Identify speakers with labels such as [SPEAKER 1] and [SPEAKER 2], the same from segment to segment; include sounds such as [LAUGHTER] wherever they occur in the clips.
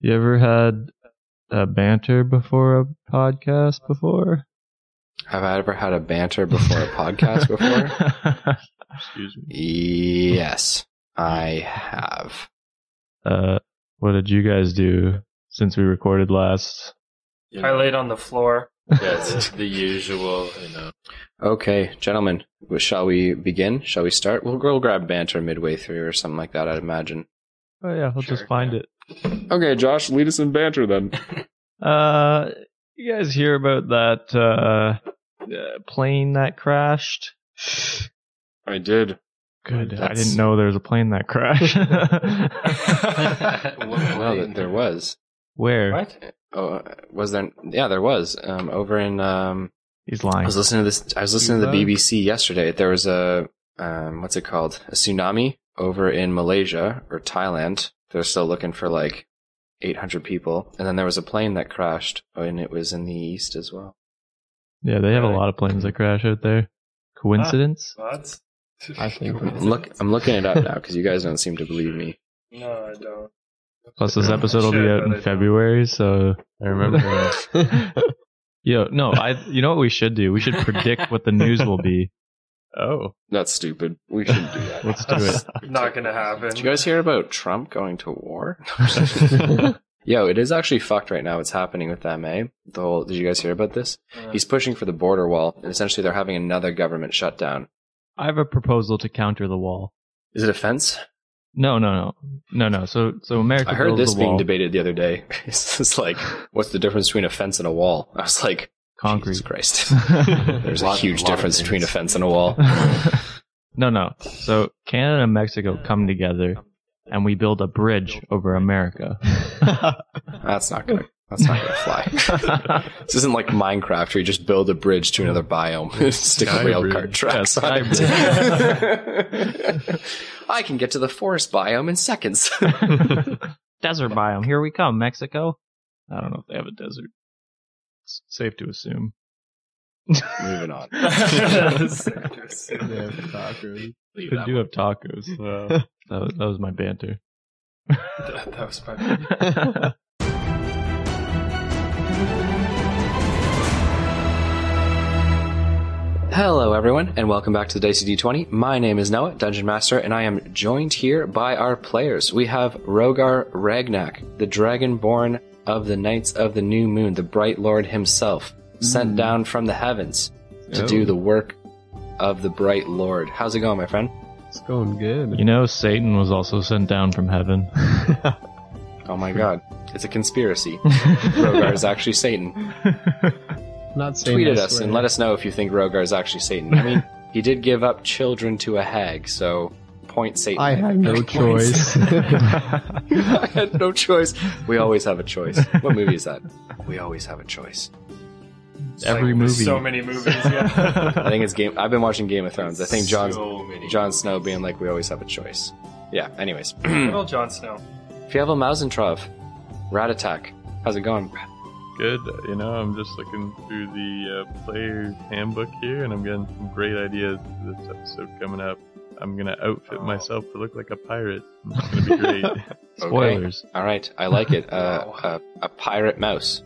[SPEAKER 1] You ever had a banter before a podcast before?
[SPEAKER 2] Have I ever had a banter before a podcast before? [LAUGHS]
[SPEAKER 1] [LAUGHS] Excuse me.
[SPEAKER 2] Yes, I have.
[SPEAKER 1] Uh, what did you guys do since we recorded last?
[SPEAKER 3] You
[SPEAKER 4] I
[SPEAKER 3] know,
[SPEAKER 4] laid on the floor.
[SPEAKER 3] yeah, it's the usual, you know.
[SPEAKER 2] Okay, gentlemen, shall we begin? Shall we start? We'll, we'll grab banter midway through or something like that, I'd imagine.
[SPEAKER 1] [LAUGHS] Oh yeah, we'll
[SPEAKER 3] Sure,
[SPEAKER 1] just find
[SPEAKER 3] yeah.
[SPEAKER 1] it.
[SPEAKER 2] Okay, Josh, lead us in
[SPEAKER 3] [LAUGHS]
[SPEAKER 2] banter then.
[SPEAKER 1] Uh, you guys hear about that uh, uh, plane that crashed?
[SPEAKER 3] [LAUGHS]
[SPEAKER 2] I did.
[SPEAKER 1] Good. I
[SPEAKER 2] That's-
[SPEAKER 1] didn't know there was a plane that crashed.
[SPEAKER 2] [LAUGHS] Well, th- there was.
[SPEAKER 1] [LAUGHS] Where?
[SPEAKER 4] What?
[SPEAKER 2] Oh, was there? Yeah, there was. Um, over in um,
[SPEAKER 1] He's
[SPEAKER 2] I
[SPEAKER 1] lying.
[SPEAKER 2] was listening to this. I was listening to the BBC yesterday. There was a um, what's it called? A tsunami over in Malaysia or Thailand. They're still looking for like 800 people, and then there was a plane that crashed, and it was in the east as well.
[SPEAKER 1] Yeah, they have a lot of planes that crash out there. Coincidence?
[SPEAKER 4] What?
[SPEAKER 1] I
[SPEAKER 2] [LAUGHS]
[SPEAKER 1] think-
[SPEAKER 2] I'm look, I'm looking it up now because you guys don't seem to believe me.
[SPEAKER 4] No, I don't.
[SPEAKER 1] Plus, this episode will be
[SPEAKER 4] Sure,
[SPEAKER 1] out
[SPEAKER 4] but I
[SPEAKER 1] in
[SPEAKER 4] don't.
[SPEAKER 1] February, so
[SPEAKER 4] [LAUGHS]
[SPEAKER 1] I
[SPEAKER 2] [LAUGHS]
[SPEAKER 1] remember. Yo, no, I. You know what we should do? We should predict what the news will
[SPEAKER 4] [LAUGHS]
[SPEAKER 1] be. Oh,
[SPEAKER 2] That's stupid. We shouldn't do that.
[SPEAKER 1] let's do it.
[SPEAKER 2] [LAUGHS]
[SPEAKER 4] Not gonna happen.
[SPEAKER 2] Did you guys hear about Trump going
[SPEAKER 1] [LAUGHS]
[SPEAKER 2] to war? [LAUGHS]
[SPEAKER 1] What?
[SPEAKER 2] Yo, it is actually fucked right now. What's happening with them, eh? The whole, did you guys hear about this?
[SPEAKER 4] Uh,
[SPEAKER 2] He's pushing for the border wall, and essentially they're having another government shutdown.
[SPEAKER 1] I have a proposal to counter the wall.
[SPEAKER 2] Is it a fence?
[SPEAKER 1] No, no, no, no, no. So, so America.
[SPEAKER 2] I heard
[SPEAKER 1] builds
[SPEAKER 2] this
[SPEAKER 1] a
[SPEAKER 2] being
[SPEAKER 1] wall,
[SPEAKER 2] debated the other day. [LAUGHS] It's just like, what's the difference between a fence and a wall? I was like, Jesus
[SPEAKER 1] Concrete. [LAUGHS]
[SPEAKER 2] Christ. There's a
[SPEAKER 3] Lot-
[SPEAKER 2] huge
[SPEAKER 3] lot of
[SPEAKER 2] difference between a
[SPEAKER 3] things.
[SPEAKER 2] fence and a wall.
[SPEAKER 1] no, no. So Canada and Mexico come together, and we build a bridge over
[SPEAKER 2] [LAUGHS]
[SPEAKER 1] America.
[SPEAKER 2] That's not gonna. That's not gonna
[SPEAKER 1] [LAUGHS]
[SPEAKER 2] fly. this isn't like Minecraft where you just build a bridge to another biome [LAUGHS] and stick
[SPEAKER 3] Sky
[SPEAKER 2] rail
[SPEAKER 3] bridge.
[SPEAKER 2] cart tracks
[SPEAKER 1] Yeah,
[SPEAKER 2] on
[SPEAKER 1] sky
[SPEAKER 2] it. [LAUGHS] I can get to the forest biome
[SPEAKER 1] [LAUGHS]
[SPEAKER 2] in seconds.
[SPEAKER 3] [LAUGHS]
[SPEAKER 1] desert biome. Here we come, Mexico. I don't know if they have a desert. It's safe to assume. [LAUGHS]
[SPEAKER 2] Moving on. [LAUGHS]
[SPEAKER 3] Yeah, tacos.
[SPEAKER 1] They
[SPEAKER 3] Leave that
[SPEAKER 1] do have tacos. [LAUGHS] that, was, that was my [LAUGHS] banter.
[SPEAKER 4] that, that was my.
[SPEAKER 2] Hello, everyone, and welcome back to the Dicey D20. My name is Noah, Dungeon Master, and I am joined here by our players. We have Rogar Ragnak, the Dragonborn of the Knights of the New Moon, the Bright Lord himself, sent down from the heavens to
[SPEAKER 3] Hmm. Oh.
[SPEAKER 2] do the work of the Bright Lord. How's it going, my friend?
[SPEAKER 3] It's going good.
[SPEAKER 1] you know, Satan was also sent down
[SPEAKER 3] [LAUGHS]
[SPEAKER 1] from [LAUGHS] heaven.
[SPEAKER 2] Oh
[SPEAKER 3] Hmm.
[SPEAKER 2] my god, it's
[SPEAKER 3] [LAUGHS]
[SPEAKER 2] a conspiracy. Rogar is actually Satan.
[SPEAKER 3] Not
[SPEAKER 2] Tweet at us and let us know if you think Rogar is actually Satan.
[SPEAKER 3] [LAUGHS]
[SPEAKER 2] I mean, he did give up children to a hag, so point Satan.
[SPEAKER 3] I had no
[SPEAKER 1] [LAUGHS]
[SPEAKER 5] [LAUGHS]
[SPEAKER 3] choice.
[SPEAKER 2] I had no choice. We always have a choice. What movie is that? We always have a choice.
[SPEAKER 1] Every movie.
[SPEAKER 4] So many movies. Yeah.
[SPEAKER 1] [LAUGHS]
[SPEAKER 5] [LAUGHS]
[SPEAKER 2] I think it's Game. I've been watching Game of Thrones. I think John
[SPEAKER 3] So many.
[SPEAKER 4] [CLEARS THROAT]
[SPEAKER 2] John Snow being like, "We always have a choice." Yeah. Anyways, [CLEARS THROAT]
[SPEAKER 4] well, Jon Snow.
[SPEAKER 2] Fievel Mausentrov, Rat Attack. How's it going?
[SPEAKER 6] good. You know, I'm just looking through the uh, player's handbook here, and I'm getting some great ideas for this episode coming up. I'm gonna outfit myself to look like a pirate. It's gonna
[SPEAKER 1] [LAUGHS]
[SPEAKER 6] be
[SPEAKER 2] [LAUGHS]
[SPEAKER 6] great.
[SPEAKER 2] Okay.
[SPEAKER 1] Spoilers.
[SPEAKER 2] All right, I like it. Uh, a, a pirate mouse,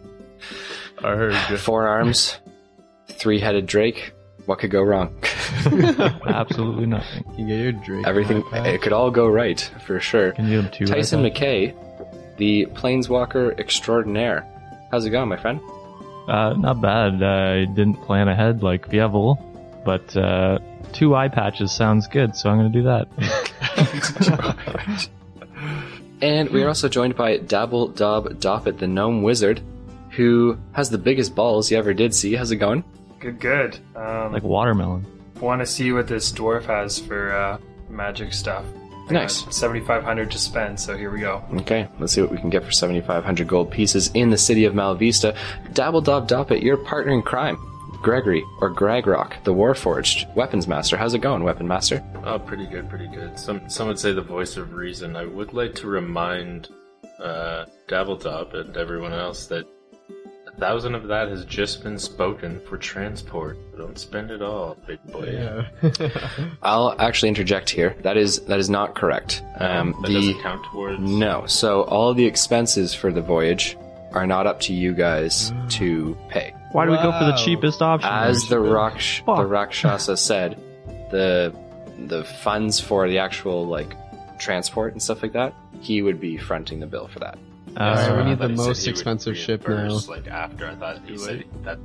[SPEAKER 6] I heard
[SPEAKER 2] four arms, three-headed Drake. What could go wrong?
[SPEAKER 1] Absolutely nothing.
[SPEAKER 3] You get your drink.
[SPEAKER 2] Everything. It could all go right for sure.
[SPEAKER 1] Can you give them uh, two?
[SPEAKER 2] Tyson McKay, the Planeswalker extraordinaire. How's it going, my friend?
[SPEAKER 1] Uh, not bad. I didn't plan ahead like Vievel, but uh, two eye patches sounds good, so I'm going to do that.
[SPEAKER 2] And we are also joined by Dabble Dob Doppet, the gnome wizard, who has the biggest balls you ever did see. How's it going?
[SPEAKER 4] Good, good. Um,
[SPEAKER 1] Like watermelon.
[SPEAKER 4] want to see what this dwarf has for uh, magic stuff.
[SPEAKER 2] Nice.
[SPEAKER 4] Seventy five hundred to spend. So here we go.
[SPEAKER 2] Okay, let's see what we can get for 7,500 gold pieces in the city of Malvista. Dabble Dob Doppet, your partner in crime. Gregory, or Gregrock, the Warforged, Weapons Master. How's it going, Weapon Master?
[SPEAKER 3] Oh, pretty good, pretty good. Some some would say the voice of reason. I would like to remind uh, Dabbledop and everyone else that thousand of that has just been spoken for transport. Don't spend it all, big boy.
[SPEAKER 2] I'll actually interject here. That is that is not correct. Um,
[SPEAKER 3] that
[SPEAKER 2] the
[SPEAKER 3] doesn't count towards.
[SPEAKER 2] No. So all the expenses for the voyage are not up to you guys to pay.
[SPEAKER 1] Why do we go for the
[SPEAKER 6] Wow.
[SPEAKER 1] cheapest option?
[SPEAKER 2] As the Raksh- the
[SPEAKER 1] Fuck.
[SPEAKER 2] Rakshasa said, the the funds for the actual like transport and stuff like that, he would be fronting the bill for that.
[SPEAKER 1] Uh,
[SPEAKER 5] so we need
[SPEAKER 3] I thought
[SPEAKER 5] the
[SPEAKER 3] he said
[SPEAKER 5] most
[SPEAKER 3] he would
[SPEAKER 5] expensive ship
[SPEAKER 3] reimburse,
[SPEAKER 5] now.
[SPEAKER 3] Like after, I thought he, said that's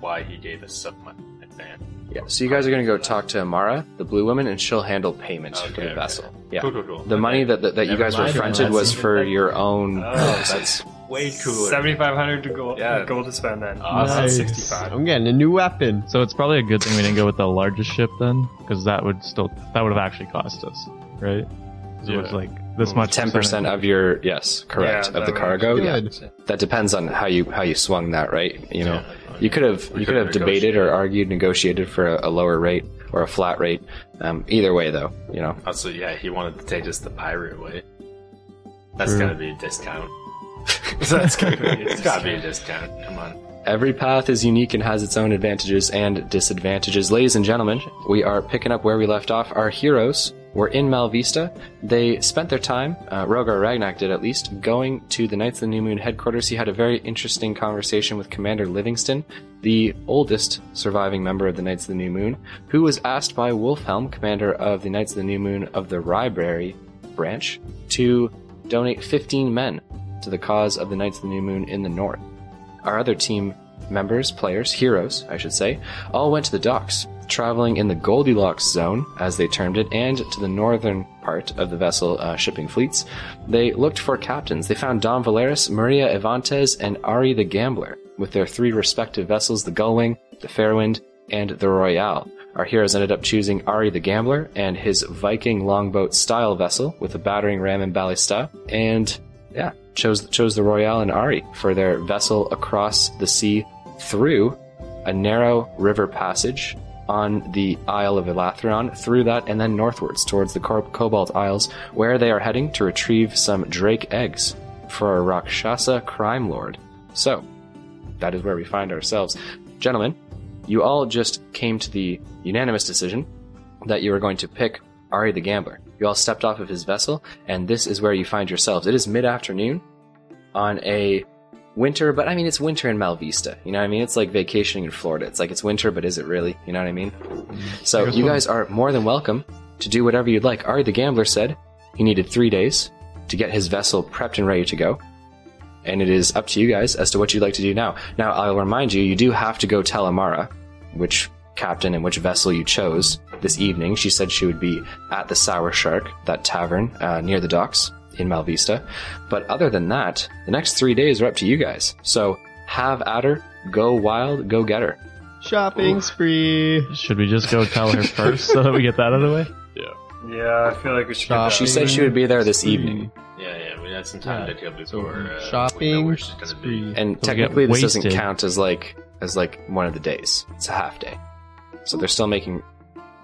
[SPEAKER 3] why he gave us some money in advance.
[SPEAKER 2] Yeah. So you guys are gonna go talk to Amara, the blue woman, and she'll handle payment for
[SPEAKER 3] Okay,
[SPEAKER 2] the
[SPEAKER 3] okay.
[SPEAKER 2] vessel. Yeah.
[SPEAKER 3] Cool, cool, cool.
[SPEAKER 2] The money that that, that you
[SPEAKER 3] Never
[SPEAKER 2] guys were
[SPEAKER 3] mind,
[SPEAKER 2] fronted
[SPEAKER 3] that's
[SPEAKER 2] was
[SPEAKER 3] even
[SPEAKER 2] for
[SPEAKER 3] better.
[SPEAKER 2] your own
[SPEAKER 4] Oh,
[SPEAKER 2] purposes.
[SPEAKER 3] way cooler.
[SPEAKER 4] Seventy-five hundred to gold.
[SPEAKER 3] Yeah.
[SPEAKER 4] gold to spend then.
[SPEAKER 3] Awesome.
[SPEAKER 4] That's Sixty-five.
[SPEAKER 5] I'm getting a new weapon.
[SPEAKER 1] so it's probably a good thing we didn't go with the largest ship then, because that would still that would have actually cost us, right? 'Cause It was
[SPEAKER 6] Yeah.
[SPEAKER 1] like this much.
[SPEAKER 2] Ten percent of your yes, correct
[SPEAKER 4] Yeah,
[SPEAKER 2] of the
[SPEAKER 4] that
[SPEAKER 2] cargo.
[SPEAKER 4] would-
[SPEAKER 2] Oh, Yeah.
[SPEAKER 5] Good.
[SPEAKER 2] That depends on how you how you swung that, right? You know.
[SPEAKER 3] Yeah, like,
[SPEAKER 2] You could have
[SPEAKER 3] We
[SPEAKER 2] you could
[SPEAKER 3] could've
[SPEAKER 2] have debated
[SPEAKER 3] negotiated.
[SPEAKER 2] or argued, negotiated for a, a lower rate or a flat rate. Um, either way, though, you know.
[SPEAKER 3] Also, yeah, he wanted to take us the pirate way. That's
[SPEAKER 1] True.
[SPEAKER 3] gotta be a discount. [LAUGHS] That's gotta be. It's gotta be a discount. Come on.
[SPEAKER 2] Every path is unique and has its own advantages and disadvantages. Ladies and gentlemen, we are picking up where we left off. Our heroes were in Malvista. They spent their time, uh, Rogar Ragnak did at least, going to the Knights of the New Moon headquarters. He had a very interesting conversation with Commander Livingston, the oldest surviving member of the Knights of the New Moon, who was asked by Wolfhelm, commander of the Knights of the New Moon of the Ryberry branch, to donate 15 men to the cause of the Knights of the New Moon in the north our other team members, players, heroes, I should say, all went to the docks, traveling in the Goldilocks zone, as they termed it, and to the northern part of the vessel uh, shipping fleets. They looked for captains. They found Don Valeris, Maria Evantes, and Ari the Gambler, with their three respective vessels, the Gullwing, the Fairwind, and the Royale. Our heroes ended up choosing Ari the Gambler and his Viking longboat style vessel with a battering ram and ballista, and yeah, chose chose the Royale and Ari for their vessel across the sea through a narrow river passage on the Isle of Elathron, through that and then northwards towards the Cor- Cobalt Isles, where they are heading to retrieve some Drake eggs for a Rakshasa crime lord. So, that is where we find ourselves. Gentlemen, you all just came to the unanimous decision that you were going to pick Ari the Gambler. You all stepped off of his vessel, and this is where you find yourselves. It is mid afternoon on a winter, but I mean, it's winter in Malvista. You know what I mean? It's like vacationing in Florida. It's like it's winter, but is it really? You know what I mean? So you guys are more than welcome to do whatever you'd like. Ari the Gambler said he needed three days to get his vessel prepped and ready to go and it is up to you guys as to what you'd like to do now. Now, I'll remind you, you do have to go tell Amara which captain and which vessel you chose this evening. She said she would be at the Sour Shark, that tavern uh, near the docks in Malvista. But other than that, the next three days are up to you guys. So have at her, go wild, go get her.
[SPEAKER 5] Shopping spree.
[SPEAKER 1] Should we just go tell
[SPEAKER 2] [LAUGHS]
[SPEAKER 1] her first so that we get that out of the way?
[SPEAKER 4] Yeah, I feel like we should.
[SPEAKER 1] Uh,
[SPEAKER 4] Get
[SPEAKER 2] She
[SPEAKER 5] Shopping.
[SPEAKER 4] that.
[SPEAKER 2] said she would be there this evening.
[SPEAKER 3] Yeah, yeah. We had some time
[SPEAKER 5] Yeah.
[SPEAKER 3] to kill before uh, We know
[SPEAKER 5] Shopping
[SPEAKER 3] where she's gonna be.
[SPEAKER 2] And
[SPEAKER 5] spree.
[SPEAKER 1] So we get
[SPEAKER 2] technically, this doesn't
[SPEAKER 1] wasted.
[SPEAKER 2] count as like as like one of the days. It's a half day, so they're still making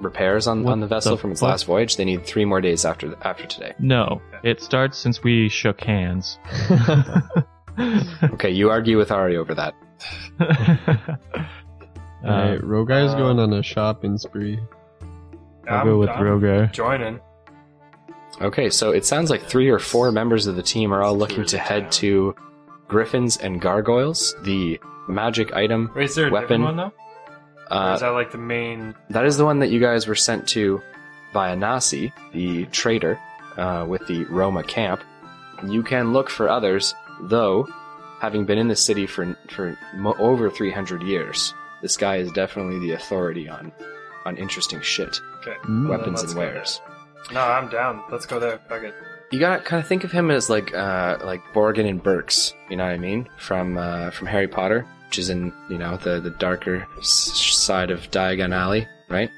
[SPEAKER 2] repairs on,
[SPEAKER 1] What
[SPEAKER 2] on the vessel
[SPEAKER 1] the
[SPEAKER 2] from its
[SPEAKER 1] fuck?
[SPEAKER 2] last voyage. They need three more days after after today.
[SPEAKER 1] No, it starts since we shook hands. [LAUGHS]
[SPEAKER 2] Okay, you argue with Ari over that.
[SPEAKER 1] Uh,
[SPEAKER 5] Alright, Rogar's
[SPEAKER 4] uh,
[SPEAKER 5] going on a shopping spree.
[SPEAKER 1] I'll go with
[SPEAKER 4] I'm
[SPEAKER 1] Rogar.
[SPEAKER 4] Joining.
[SPEAKER 2] Okay, so it sounds like three or four members of the team are all looking to head to Griffins and Gargoyles, the magic item.
[SPEAKER 4] Wait, is there a
[SPEAKER 2] Weapon.
[SPEAKER 4] different one though? or
[SPEAKER 2] Uh,
[SPEAKER 4] is that like the main?
[SPEAKER 2] That is the one that you guys were sent to by Anasi, the trader uh, with the Roma camp. You can look for others, though, having been in the city for for mo- over 300 years, this guy is definitely the authority on on interesting shit,
[SPEAKER 4] Okay.
[SPEAKER 5] Mm.
[SPEAKER 4] Well, then
[SPEAKER 2] weapons
[SPEAKER 4] let's
[SPEAKER 2] and
[SPEAKER 4] go
[SPEAKER 2] wares.
[SPEAKER 4] there. No, I'm down. Let's go there. Fuck it.
[SPEAKER 2] You gotta kind of think of him as like uh, like Borgin and Burks, you know what I mean, from uh, from Harry Potter, which is in you know the the darker s- side of Diagon Alley, right?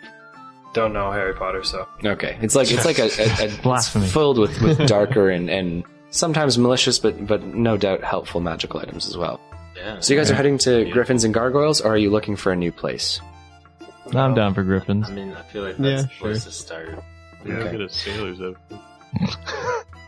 [SPEAKER 4] Don't know Harry Potter, so
[SPEAKER 2] Okay, it's like it's like a, a, a
[SPEAKER 1] Blasphemy.
[SPEAKER 2] it's filled with, with darker and, and sometimes malicious, but but no doubt helpful magical items as well.
[SPEAKER 3] Yeah.
[SPEAKER 2] So you guys are heading to
[SPEAKER 3] Yeah.
[SPEAKER 2] Griffins and Gargoyles, or are you looking for a new place?
[SPEAKER 1] I'm down for
[SPEAKER 6] [LAUGHS]
[SPEAKER 1] Griffins.
[SPEAKER 3] I mean, I feel like
[SPEAKER 5] Yeah,
[SPEAKER 3] that's the
[SPEAKER 5] sure.
[SPEAKER 3] place to start.
[SPEAKER 6] Look
[SPEAKER 2] Okay.
[SPEAKER 6] at a sailor's outfit.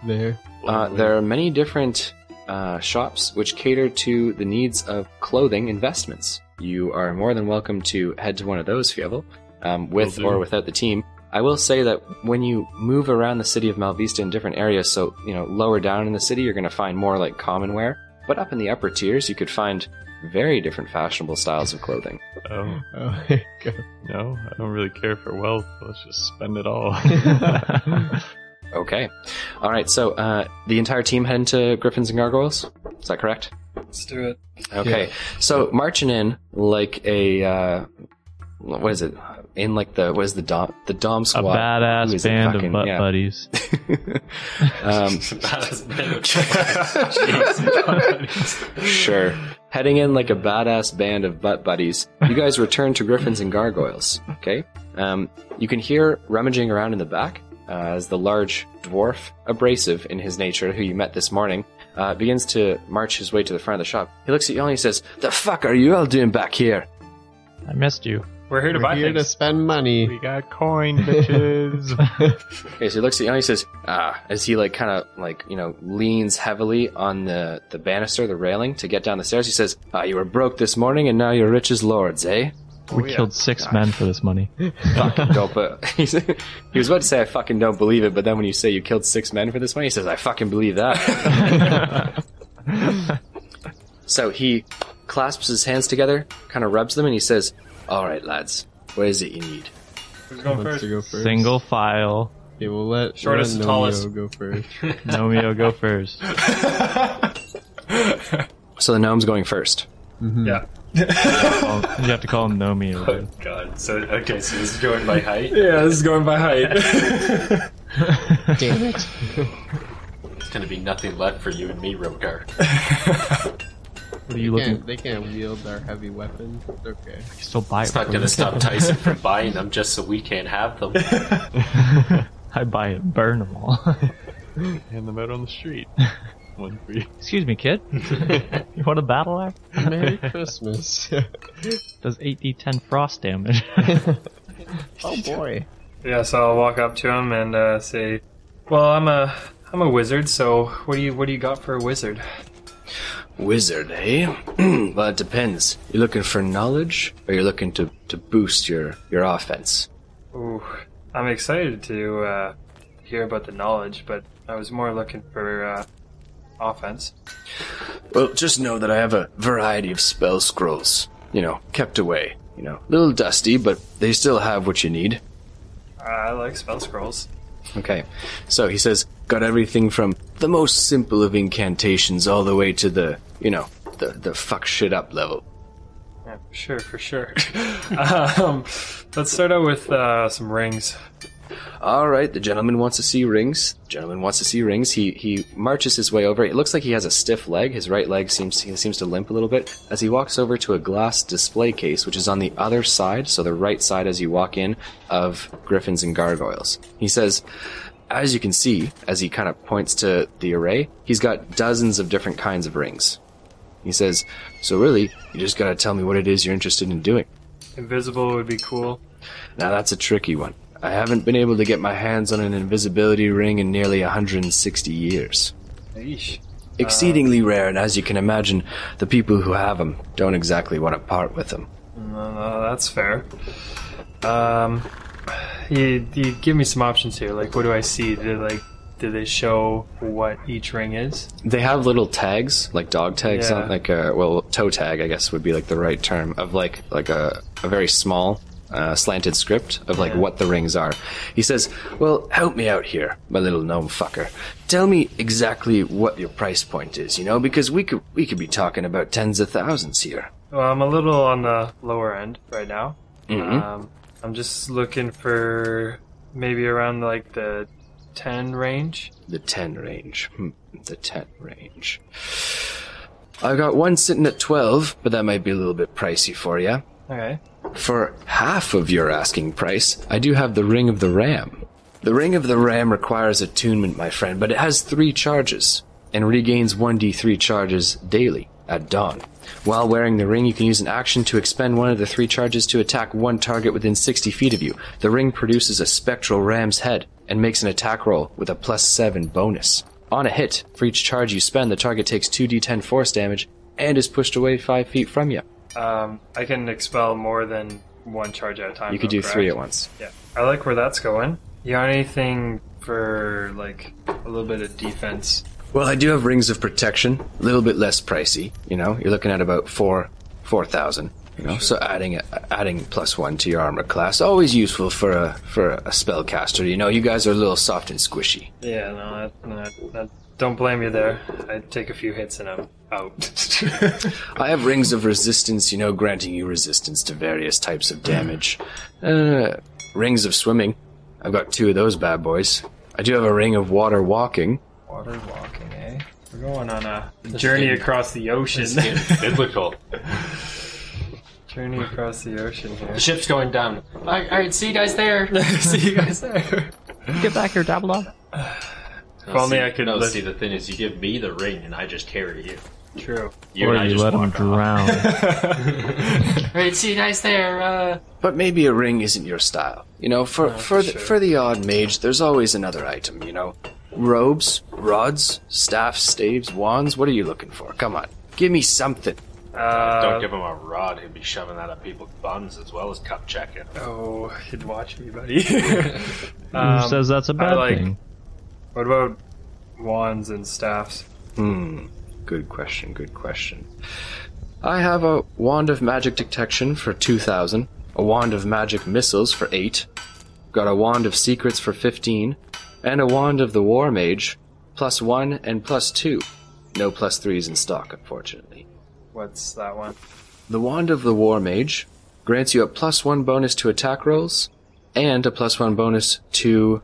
[SPEAKER 5] There.
[SPEAKER 3] [LAUGHS]
[SPEAKER 2] Uh, there are Uh, many different uh, shops which cater to the needs of clothing investments. You are more than welcome to head to one of those, Fievel, um, with
[SPEAKER 6] Will do.
[SPEAKER 2] or without the team. I will say that when you move around the city of Malvista in different areas, so you know lower down in the city, you're going to find more like common wear, but up in the upper tiers, you could find very different fashionable styles of clothing.
[SPEAKER 6] Oh,
[SPEAKER 5] Oh, there you go.
[SPEAKER 6] no, I don't really care for wealth. Let's just spend it all.
[SPEAKER 2] Okay, all right. So uh, the entire team head into Griffins and Gargoyles. Is that correct?
[SPEAKER 4] Let's do it.
[SPEAKER 2] Okay, so marching in like a uh, what is it? In like the what is the dom the dom
[SPEAKER 1] A [LAUGHS]
[SPEAKER 2] squad? Who
[SPEAKER 1] badass
[SPEAKER 2] is it?
[SPEAKER 1] band
[SPEAKER 2] Fucking-
[SPEAKER 1] of butt
[SPEAKER 2] yeah.
[SPEAKER 1] buddies.
[SPEAKER 2] [LAUGHS] um, sure. Heading in like a badass band of butt buddies, you guys return to Griffins and Gargoyles. Okay, um, you can hear rummaging around in the back uh, as the large dwarf, abrasive in his nature, who you met this morning, uh, begins to march his way to the front of the shop. He looks at you and he says, "The fuck are you all doing back here?"
[SPEAKER 1] I missed you.
[SPEAKER 4] We're here to
[SPEAKER 5] We're
[SPEAKER 4] buy
[SPEAKER 5] here to
[SPEAKER 4] things.
[SPEAKER 5] spend money.
[SPEAKER 6] got coin, bitches.
[SPEAKER 2] Okay, so he looks at you and he says, "Ah," as he like kind of like you know leans heavily on the the banister, the railing to get down the stairs. He says, "Ah, you were broke this morning, and now you're rich as lords, eh?"
[SPEAKER 1] We killed six men for this money.
[SPEAKER 2] Fucking don't. [LAUGHS] But he was about to say, "I fucking don't believe it," but then when you say you killed six men for this money, he says, "I fucking believe that." so he clasps his hands together, kind of rubs them, and he says, "All right, lads, what is it you need?"
[SPEAKER 4] Who's going
[SPEAKER 5] Wants
[SPEAKER 4] first?
[SPEAKER 5] to go first.
[SPEAKER 1] Single
[SPEAKER 6] [LAUGHS]
[SPEAKER 1] file.
[SPEAKER 5] Okay, we'll let
[SPEAKER 4] Shortest
[SPEAKER 5] let
[SPEAKER 4] and tallest.
[SPEAKER 5] Nomeo go first.
[SPEAKER 1] Nomeo, go first.
[SPEAKER 2] So the gnome's going first.
[SPEAKER 4] Yeah.
[SPEAKER 1] Oh, you have to call him Nomeo. dude.
[SPEAKER 3] God. So okay. So this is going by height.
[SPEAKER 4] Yeah, this is going by height. [LAUGHS]
[SPEAKER 5] Damn it!
[SPEAKER 3] It's gonna be nothing left for you and me, Rogar.
[SPEAKER 1] What are you
[SPEAKER 5] They
[SPEAKER 1] looking
[SPEAKER 5] can't, they can't wield our heavy weapons. It's okay.
[SPEAKER 1] for? Still buy it.
[SPEAKER 3] It's not
[SPEAKER 1] from
[SPEAKER 3] gonna
[SPEAKER 1] me.
[SPEAKER 3] stop Tyson from buying them just so we can't have them.
[SPEAKER 1] [LAUGHS] I buy it. Burn them all. [LAUGHS]
[SPEAKER 6] Hand them out on the street. One for you.
[SPEAKER 1] Excuse me,
[SPEAKER 6] [LAUGHS]
[SPEAKER 1] kid. you want a battle axe?
[SPEAKER 5] Merry Christmas. [LAUGHS]
[SPEAKER 1] Does 8d10 frost
[SPEAKER 6] [LAUGHS]
[SPEAKER 1] damage. [LAUGHS]
[SPEAKER 5] oh boy.
[SPEAKER 4] [LAUGHS] yeah, so I'll walk up to him and uh, say, "Well, I'm a I'm a wizard. So what do you what do you got for a wizard?
[SPEAKER 2] Wizard, eh? [CLEARS THROAT] well, it depends. You're looking for knowledge, or you're looking to, to boost your, your offense.
[SPEAKER 4] Ooh, I'm excited to uh, hear about the knowledge, but I was more looking for uh, offense.
[SPEAKER 2] Well, just know that I have a variety of spell scrolls, you know, kept away. You know, a little dusty, but they still have what you need.
[SPEAKER 4] I like spell scrolls.
[SPEAKER 2] Okay, so he says, got everything from the most simple of incantations all the way to the, you know, the, the fuck shit up level.
[SPEAKER 4] Yeah, for sure, for sure. [LAUGHS] um, let's start out with uh, some rings.
[SPEAKER 2] All right, the gentleman wants to see rings. The gentleman wants to see rings. He he marches his way over. It looks like he has a stiff leg. His right leg seems he seems to limp a little bit as he walks over to a glass display case, which is on the other side, so the right side as you walk in of griffins and gargoyles. He says, as you can see, as he kind of points to the array, he's got dozens of different kinds of rings. He says, "So really, you just gotta tell me what it is you're interested in doing."
[SPEAKER 4] Invisible would be cool.
[SPEAKER 2] Now that's a tricky one. I haven't been able to get my hands on an invisibility ring in nearly 160 years.
[SPEAKER 4] Yeesh.
[SPEAKER 2] Exceedingly rare, and as you can imagine, the people who have them don't exactly want to part with them.
[SPEAKER 4] No, no, Uh, that's fair. Um, you, you give me some options here. Like, what do I see? Do they, like, do they show what each ring is?
[SPEAKER 2] They have little tags, like dog tags,
[SPEAKER 4] Yeah.
[SPEAKER 2] on, like a well, toe tag, I guess would be like the right term of like like a, a very small uh, slanted script of like
[SPEAKER 4] Yeah.
[SPEAKER 2] what the rings are. He says, "Well, help me out here, my little gnome fucker. Tell me exactly what your price point is, you know, because we could we could be talking about tens of thousands here."
[SPEAKER 4] Well, I'm a little on the lower end right now.
[SPEAKER 2] Mm-hmm.
[SPEAKER 4] Um, I'm just looking for maybe around like the ten range.
[SPEAKER 2] The 10 range. Hmm, the 10 range. I've got one sitting at 12, but that might be a little bit pricey for you.
[SPEAKER 4] Okay.
[SPEAKER 2] For half of your asking price, I do have the Ring of the Ram. The Ring of the Ram requires attunement, my friend, but it has three charges and regains 1d3 charges daily at dawn. While wearing the ring, you can use an action to expend one of the three charges to attack one target within 60 feet of you. The ring produces a spectral ram's head and makes an attack roll with a plus 7 bonus. On a hit, for each charge you spend, the target takes 2d10 force damage and is pushed away 5 feet from you.
[SPEAKER 4] Um, I can expel more than one charge at a time.
[SPEAKER 2] You could
[SPEAKER 4] though,
[SPEAKER 2] do three
[SPEAKER 4] correct?
[SPEAKER 2] at once.
[SPEAKER 4] Yeah, I like where that's going. You got anything for like a little bit of defense?
[SPEAKER 2] Well, I do have rings of protection, a little bit less pricey. You know, you're looking at about four, four thousand. You know, so adding adding plus one to your armor class always useful for a for a spellcaster. You know, you guys are a little soft and squishy.
[SPEAKER 4] Yeah, no, that, no, that, don't blame you there. I take a few hits and I'm out. [LAUGHS]
[SPEAKER 2] I have rings of resistance, you know, granting you resistance to various types of damage. Uh, rings of swimming. I've got two of those bad boys. I do have a ring of water walking.
[SPEAKER 4] Water walking, eh? We're going on a journey across the ocean.
[SPEAKER 3] Biblical.
[SPEAKER 4] [LAUGHS] journey across the ocean here.
[SPEAKER 5] The ship's going down. All right, see you guys there.
[SPEAKER 4] See you guys there.
[SPEAKER 1] Get back here,
[SPEAKER 6] [LAUGHS]
[SPEAKER 1] Dabla.
[SPEAKER 4] If only I could
[SPEAKER 3] No,
[SPEAKER 4] lift-
[SPEAKER 3] see, the thing is, you give me the ring and I just carry you.
[SPEAKER 4] True.
[SPEAKER 3] You
[SPEAKER 1] or
[SPEAKER 3] and I
[SPEAKER 1] you
[SPEAKER 3] just
[SPEAKER 1] let him
[SPEAKER 3] walk off. [LAUGHS]
[SPEAKER 1] drown.
[SPEAKER 5] All right, see you guys there. Uh,
[SPEAKER 2] But maybe a ring isn't your style. You know, for for, the,
[SPEAKER 4] sure.
[SPEAKER 2] for the odd mage, there's always another item, you know. Robes, rods, staffs, staves, wands. What are you looking for? Come on. Give me something.
[SPEAKER 4] Uh,
[SPEAKER 3] Don't give him a rod, he'd be shoving that at people's buns as well as cup checking.
[SPEAKER 4] Oh, you'd watch me, [LAUGHS] buddy.
[SPEAKER 3] Um,
[SPEAKER 1] Who says that's a bad
[SPEAKER 4] like-
[SPEAKER 1] thing?
[SPEAKER 4] what about wands and staffs?
[SPEAKER 2] Hmm. Good question. Good question. I have a wand of magic detection for 2,000, a wand of magic missiles for 8, got a wand of secrets for 15, and a wand of the war mage, plus 1 and plus 2. No plus 3s in stock, unfortunately.
[SPEAKER 4] What's that one?
[SPEAKER 2] The wand of the war mage grants you a plus 1 bonus to attack rolls and a plus 1 bonus to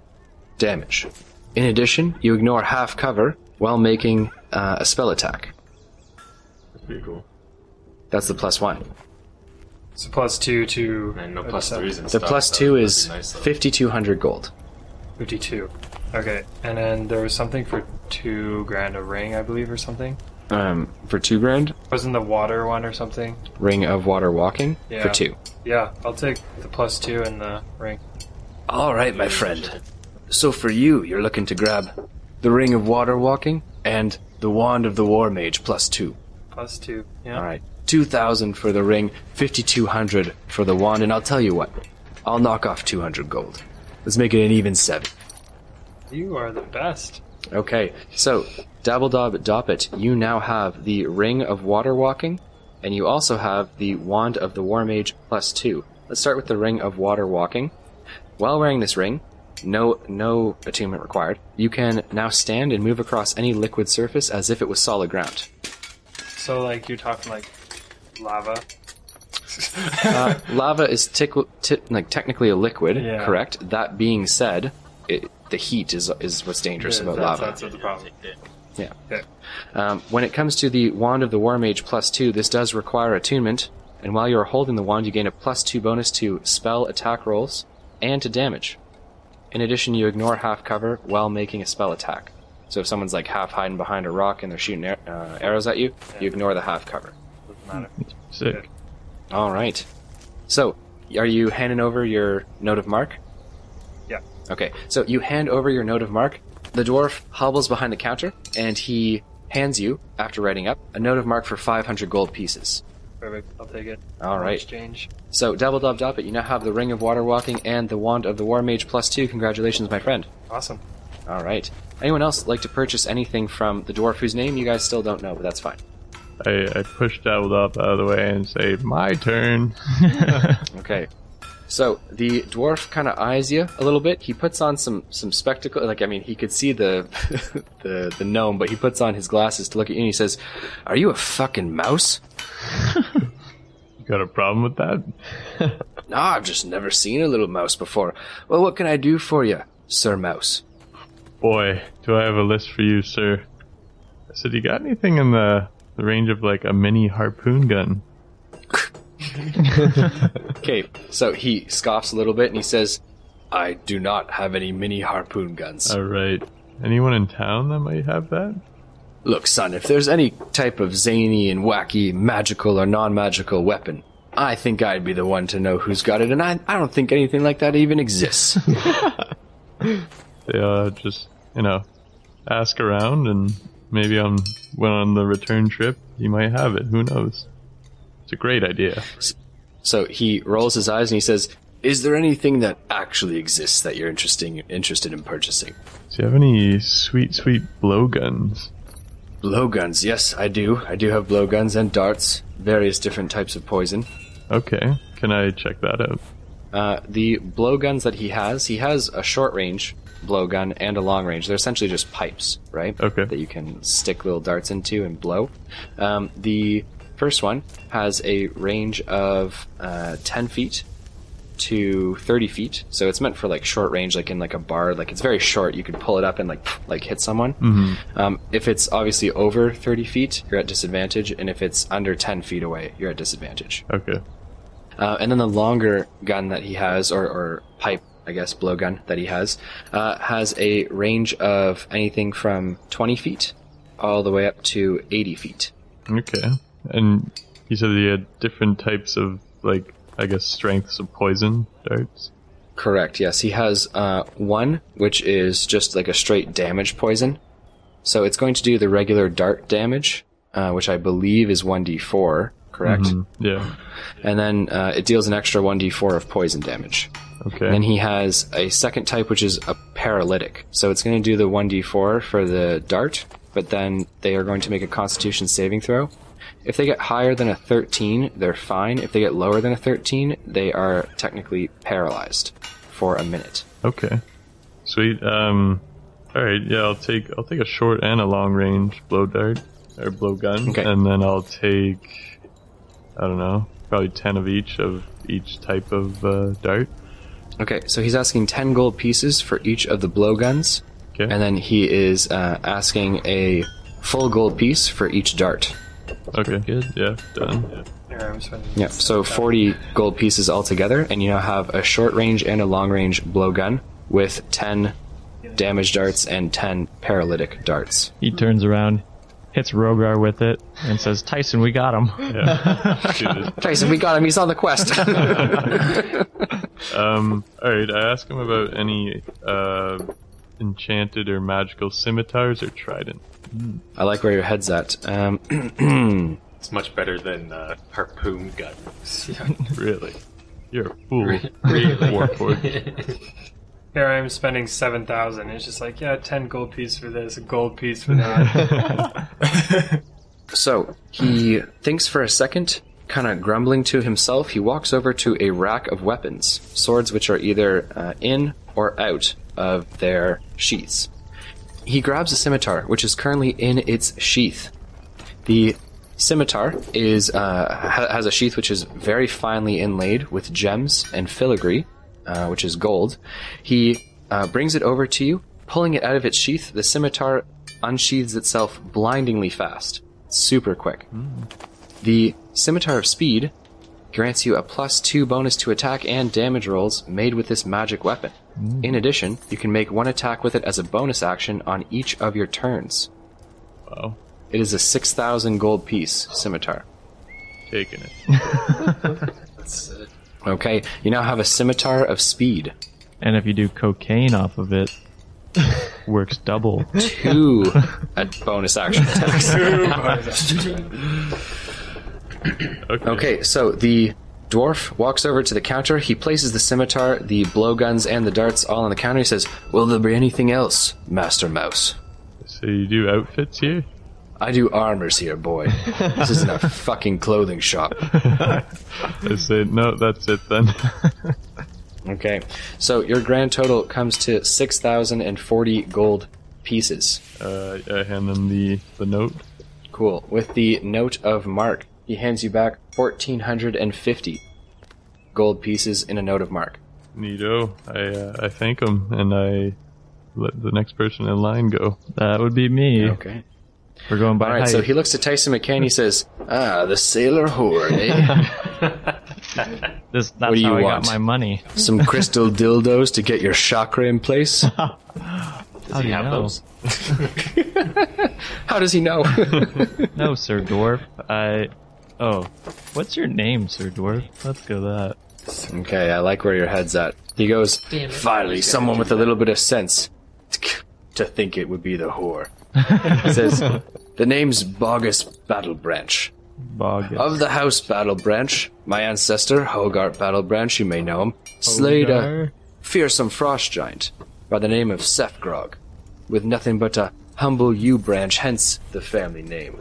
[SPEAKER 2] damage. In addition, you ignore half cover while making uh, a spell attack.
[SPEAKER 3] Pretty cool.
[SPEAKER 2] That's the plus one.
[SPEAKER 4] So plus two to
[SPEAKER 3] And no plus
[SPEAKER 4] That's-
[SPEAKER 3] threes and
[SPEAKER 2] The
[SPEAKER 3] stuff.
[SPEAKER 2] plus
[SPEAKER 3] so
[SPEAKER 2] two
[SPEAKER 3] that'd
[SPEAKER 2] is
[SPEAKER 3] be nice, though.
[SPEAKER 2] 5,200 gold.
[SPEAKER 4] 52. Okay, and then there was something for two grand a ring, I believe, or something.
[SPEAKER 2] Um, for two grand,
[SPEAKER 4] Wasn't the water one or something?
[SPEAKER 2] ring of water walking for
[SPEAKER 4] Yeah.
[SPEAKER 2] two.
[SPEAKER 4] Yeah, I'll take the plus two and the ring.
[SPEAKER 2] All right, my friend. So for you, you're looking to grab the ring of water walking and the wand of the war mage plus two.
[SPEAKER 4] Plus two. Yeah.
[SPEAKER 2] All right, 2,000 for the ring, 5,200 for the wand, and I'll tell you what, I'll knock off 200 gold. Let's make it an even seven.
[SPEAKER 4] You are the best.
[SPEAKER 2] Okay, so Dabbledob Doppet, you now have the Ring of Water Walking, and you also have the Wand of the War Mage plus two. Let's start with the Ring of Water Walking. While wearing this ring, no no attunement required, you can now stand and move across any liquid surface as if it was solid ground.
[SPEAKER 4] So like you're talking like lava.
[SPEAKER 2] Uh, lava is tickle, ti like technically a liquid,
[SPEAKER 4] Yeah.
[SPEAKER 2] correct? That being said, it, the heat is is what's dangerous about
[SPEAKER 4] that's,
[SPEAKER 2] lava.
[SPEAKER 4] That's what the problem.
[SPEAKER 2] Yeah.
[SPEAKER 4] Okay.
[SPEAKER 2] Um, when it comes to the Wand of the War Mage plus two, this does require attunement, and while you are holding the wand, you gain a plus two bonus to spell attack rolls and to damage. In addition, you ignore half cover while making a spell attack. So if someone's like half hiding behind a rock and they're shooting ar- uh, arrows at you, you ignore the half cover.
[SPEAKER 4] Doesn't matter.
[SPEAKER 1] Sick.
[SPEAKER 2] All right. So, are you handing over your note of mark?
[SPEAKER 4] Yeah.
[SPEAKER 2] Okay, so you hand over your note of mark. The dwarf hobbles behind the counter, and he hands you, after writing up, a note of mark for 500 gold pieces.
[SPEAKER 4] Perfect. I'll take it.
[SPEAKER 2] All right.
[SPEAKER 4] Exchange.
[SPEAKER 2] So, Double Dub Dop It, you now have the Ring of Water Walking and the Wand of the War Mage plus two. Congratulations, my friend.
[SPEAKER 4] Awesome.
[SPEAKER 2] All right. Anyone else like to purchase anything from the dwarf whose name you guys still don't know, but that's fine.
[SPEAKER 6] I, I push Dabbled up out of the way and say,
[SPEAKER 1] [LAUGHS]
[SPEAKER 6] "My turn."
[SPEAKER 2] Okay. So the dwarf kind of eyes you a little bit. He puts on some some spectacle. Like I mean, he could see the [LAUGHS] the the gnome, but he puts on his glasses to look at you, and he says, "Are you a fucking mouse?
[SPEAKER 6] Got a problem with that?
[SPEAKER 2] Nah, I've just never seen a little mouse before. Well, what can I do for you, Sir Mouse?
[SPEAKER 6] Boy, do I have a list for you, sir. I said, you got anything in the, the range of like a mini harpoon gun?
[SPEAKER 2] Okay. So he scoffs a little bit, and he says, "I do not have any mini harpoon guns.
[SPEAKER 6] All Oh, right. Anyone in town that might have that?
[SPEAKER 2] Look, son, if there's any type of zany and wacky, magical or non magical weapon, I think I'd be the one to know who's got it, and I, I don't think anything like that even exists.
[SPEAKER 6] They uh, just, you know, ask around, and maybe on when on the return trip, you might have it. Who knows? It's a great idea.
[SPEAKER 2] So he rolls his eyes and he says, "Is there anything that actually exists that you're interesting interested in purchasing?"
[SPEAKER 6] Do you have any sweet, sweet blowguns?
[SPEAKER 2] Blowguns. Yes, I do. I do have blowguns and darts, various different types of poison.
[SPEAKER 6] Okay, can I check that out?
[SPEAKER 2] Uh, the blowguns that he has, he has a short range blowgun and a long range. They're essentially just pipes, right?
[SPEAKER 6] Okay.
[SPEAKER 2] That you can stick little darts into and blow. Um, the first one has a range of uh, 10 feet to 30 feet. So it's meant for like short range, like in like a bar. Like it's very short. You could pull it up and like like hit someone. Um, if it's obviously over 30 feet, you're at disadvantage. And if it's under 10 feet away, you're at disadvantage.
[SPEAKER 6] Okay.
[SPEAKER 2] Uh, and then the longer gun that he has, or, or pipe, I guess, blowgun that he has, uh, has a range of anything from 20 feet all the way up to 80 feet.
[SPEAKER 6] Okay. And you said you had different types of, like, I guess, strengths of poison darts.
[SPEAKER 2] Correct, yes. He has uh, one, which is just like a straight damage poison. So it's going to do the regular dart damage, uh, which I believe is 1d4, correct?
[SPEAKER 1] Mm-hmm.
[SPEAKER 6] Yeah.
[SPEAKER 2] And then uh, it deals an extra 1d4 of poison damage.
[SPEAKER 6] Okay.
[SPEAKER 2] And he has a second type, which is a paralytic. So it's going to do the 1d4 for the dart, but then they are going to make a constitution saving throw. If they get higher than a 13, they're fine. If they get lower than a 13, they are technically paralyzed for a minute.
[SPEAKER 6] okay. Sweet. Um. All right. Yeah, I'll take I'll take a short and a long range blow dart or blowgun,
[SPEAKER 2] Okay.
[SPEAKER 6] and then I'll take I don't know, probably ten of each of each type of uh, dart.
[SPEAKER 2] Okay, so he's asking 10 gold pieces for each of the blowguns,
[SPEAKER 6] Okay.
[SPEAKER 2] and then he is uh, asking a full gold piece for each dart.
[SPEAKER 6] okay. Good. Yeah. Done.
[SPEAKER 4] Here, I'm spending
[SPEAKER 2] Yeah, so 40 gold pieces altogether, and you now have a short range and a long range blowgun with 10 damage darts and 10 paralytic darts.
[SPEAKER 1] He turns around, hits Rogar with it, and says, "Tyson, we got him."
[SPEAKER 6] Yeah. Shoot it.
[SPEAKER 2] Tyson, we got him. He's on the quest. [LAUGHS]
[SPEAKER 6] Um, all right, I ask him about any uh, enchanted or magical scimitars or trident.
[SPEAKER 2] I like where your head's at. Um, [CLEARS THROAT]
[SPEAKER 3] It's much better than uh, harpoon guns.
[SPEAKER 6] Really? You're a fool.
[SPEAKER 3] Really?
[SPEAKER 6] Warforged.
[SPEAKER 4] Here I am spending seven thousand. It's just like, yeah, ten gold piece for this, a gold piece for that.
[SPEAKER 2] So he thinks for a second, kind of grumbling to himself. He walks over to a rack of weapons, swords which are either uh, in or out of their sheaths. He grabs a scimitar, which is currently in its sheath. The scimitar is uh, ha- has a sheath which is very finely inlaid with gems and filigree, uh, which is gold. He uh, brings it over to you, pulling it out of its sheath. The scimitar unsheathes itself blindingly fast, super quick. The scimitar of speed grants you a plus two bonus to attack and damage rolls made with this magic weapon. In addition, you can make one attack with it as a bonus action on each of your turns.
[SPEAKER 6] wow.
[SPEAKER 2] It is a 6,000 gold piece scimitar.
[SPEAKER 6] Taking it.
[SPEAKER 2] Okay, you now have a scimitar of speed.
[SPEAKER 1] and if you do cocaine off of
[SPEAKER 2] [LAUGHS]
[SPEAKER 1] it, works double.
[SPEAKER 2] Two a bonus action attacks. [LAUGHS]
[SPEAKER 6] Okay.
[SPEAKER 2] Okay, so the dwarf walks over to the counter. He places the scimitar, the blowguns, and the darts all on the counter. He says, Will there be anything else, Master Mouse?
[SPEAKER 6] So you do outfits here?
[SPEAKER 2] I do armors here, boy. This isn't a fucking clothing shop.
[SPEAKER 6] I say no. That's it
[SPEAKER 2] [LAUGHS]
[SPEAKER 6] then.
[SPEAKER 2] Okay. So your grand total comes to 6,040 gold pieces.
[SPEAKER 6] uh, I hand them the the note.
[SPEAKER 2] Cool. With the note of mark, he hands you back 1,450 gold pieces in a note of mark.
[SPEAKER 6] Neato. I uh, I thank him and I let the next person in line go.
[SPEAKER 1] That would be me.
[SPEAKER 2] Okay.
[SPEAKER 1] We're going by
[SPEAKER 2] All right,
[SPEAKER 1] height.
[SPEAKER 2] so he looks to Tyson McCain. He says, Ah, the sailor whore, eh?
[SPEAKER 1] this, that's
[SPEAKER 2] do you
[SPEAKER 1] how I
[SPEAKER 2] want?
[SPEAKER 1] got my money.
[SPEAKER 2] Some crystal dildos to get your chakra in place?
[SPEAKER 1] How do you know?
[SPEAKER 5] [LAUGHS]
[SPEAKER 2] How does he know?
[SPEAKER 1] No, Sir Dwarf. I. Oh, what's your name, Sir Dwarf? Let's go that.
[SPEAKER 2] okay, I like where your head's at. He goes,
[SPEAKER 5] Damn it.
[SPEAKER 2] Finally, someone with a little bit of sense. to think it would be the whore. It says, The name's Bogus Battle Branch.
[SPEAKER 1] Bogus.
[SPEAKER 2] Of the House Battle Branch, my ancestor, Hogart Battle Branch, you may know him, slayed a fearsome frost giant by the name of Sefgrog, with nothing but a humble yew branch, hence the family name.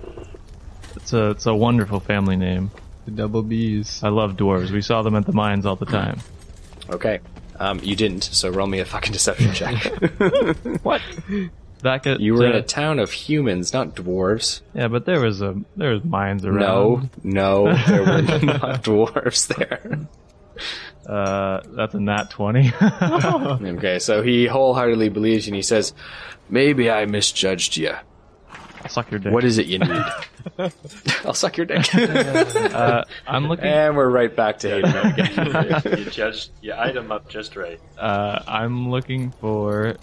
[SPEAKER 1] It's a it's a wonderful family name.
[SPEAKER 7] The double B's.
[SPEAKER 1] I love dwarves. We saw them at the mines all the time.
[SPEAKER 2] Okay. Um, you didn't, so roll me a fucking deception check.
[SPEAKER 1] Back at
[SPEAKER 2] You were in
[SPEAKER 1] the-
[SPEAKER 2] a town of humans, not dwarves.
[SPEAKER 1] yeah, but there was a there was mines around.
[SPEAKER 2] No, no, there were not dwarves there.
[SPEAKER 1] Uh, that's a nat twenty. [LAUGHS]
[SPEAKER 2] Okay, so he wholeheartedly believes you and he says, Maybe I misjudged you.
[SPEAKER 1] Suck your dick.
[SPEAKER 2] What is it you need? [LAUGHS] I'll suck your dick.
[SPEAKER 1] I'm looking.
[SPEAKER 2] and we're right back to Hadrian again.
[SPEAKER 3] you judged
[SPEAKER 5] [LAUGHS]
[SPEAKER 3] you eyed him up just right.
[SPEAKER 1] Uh, I'm looking for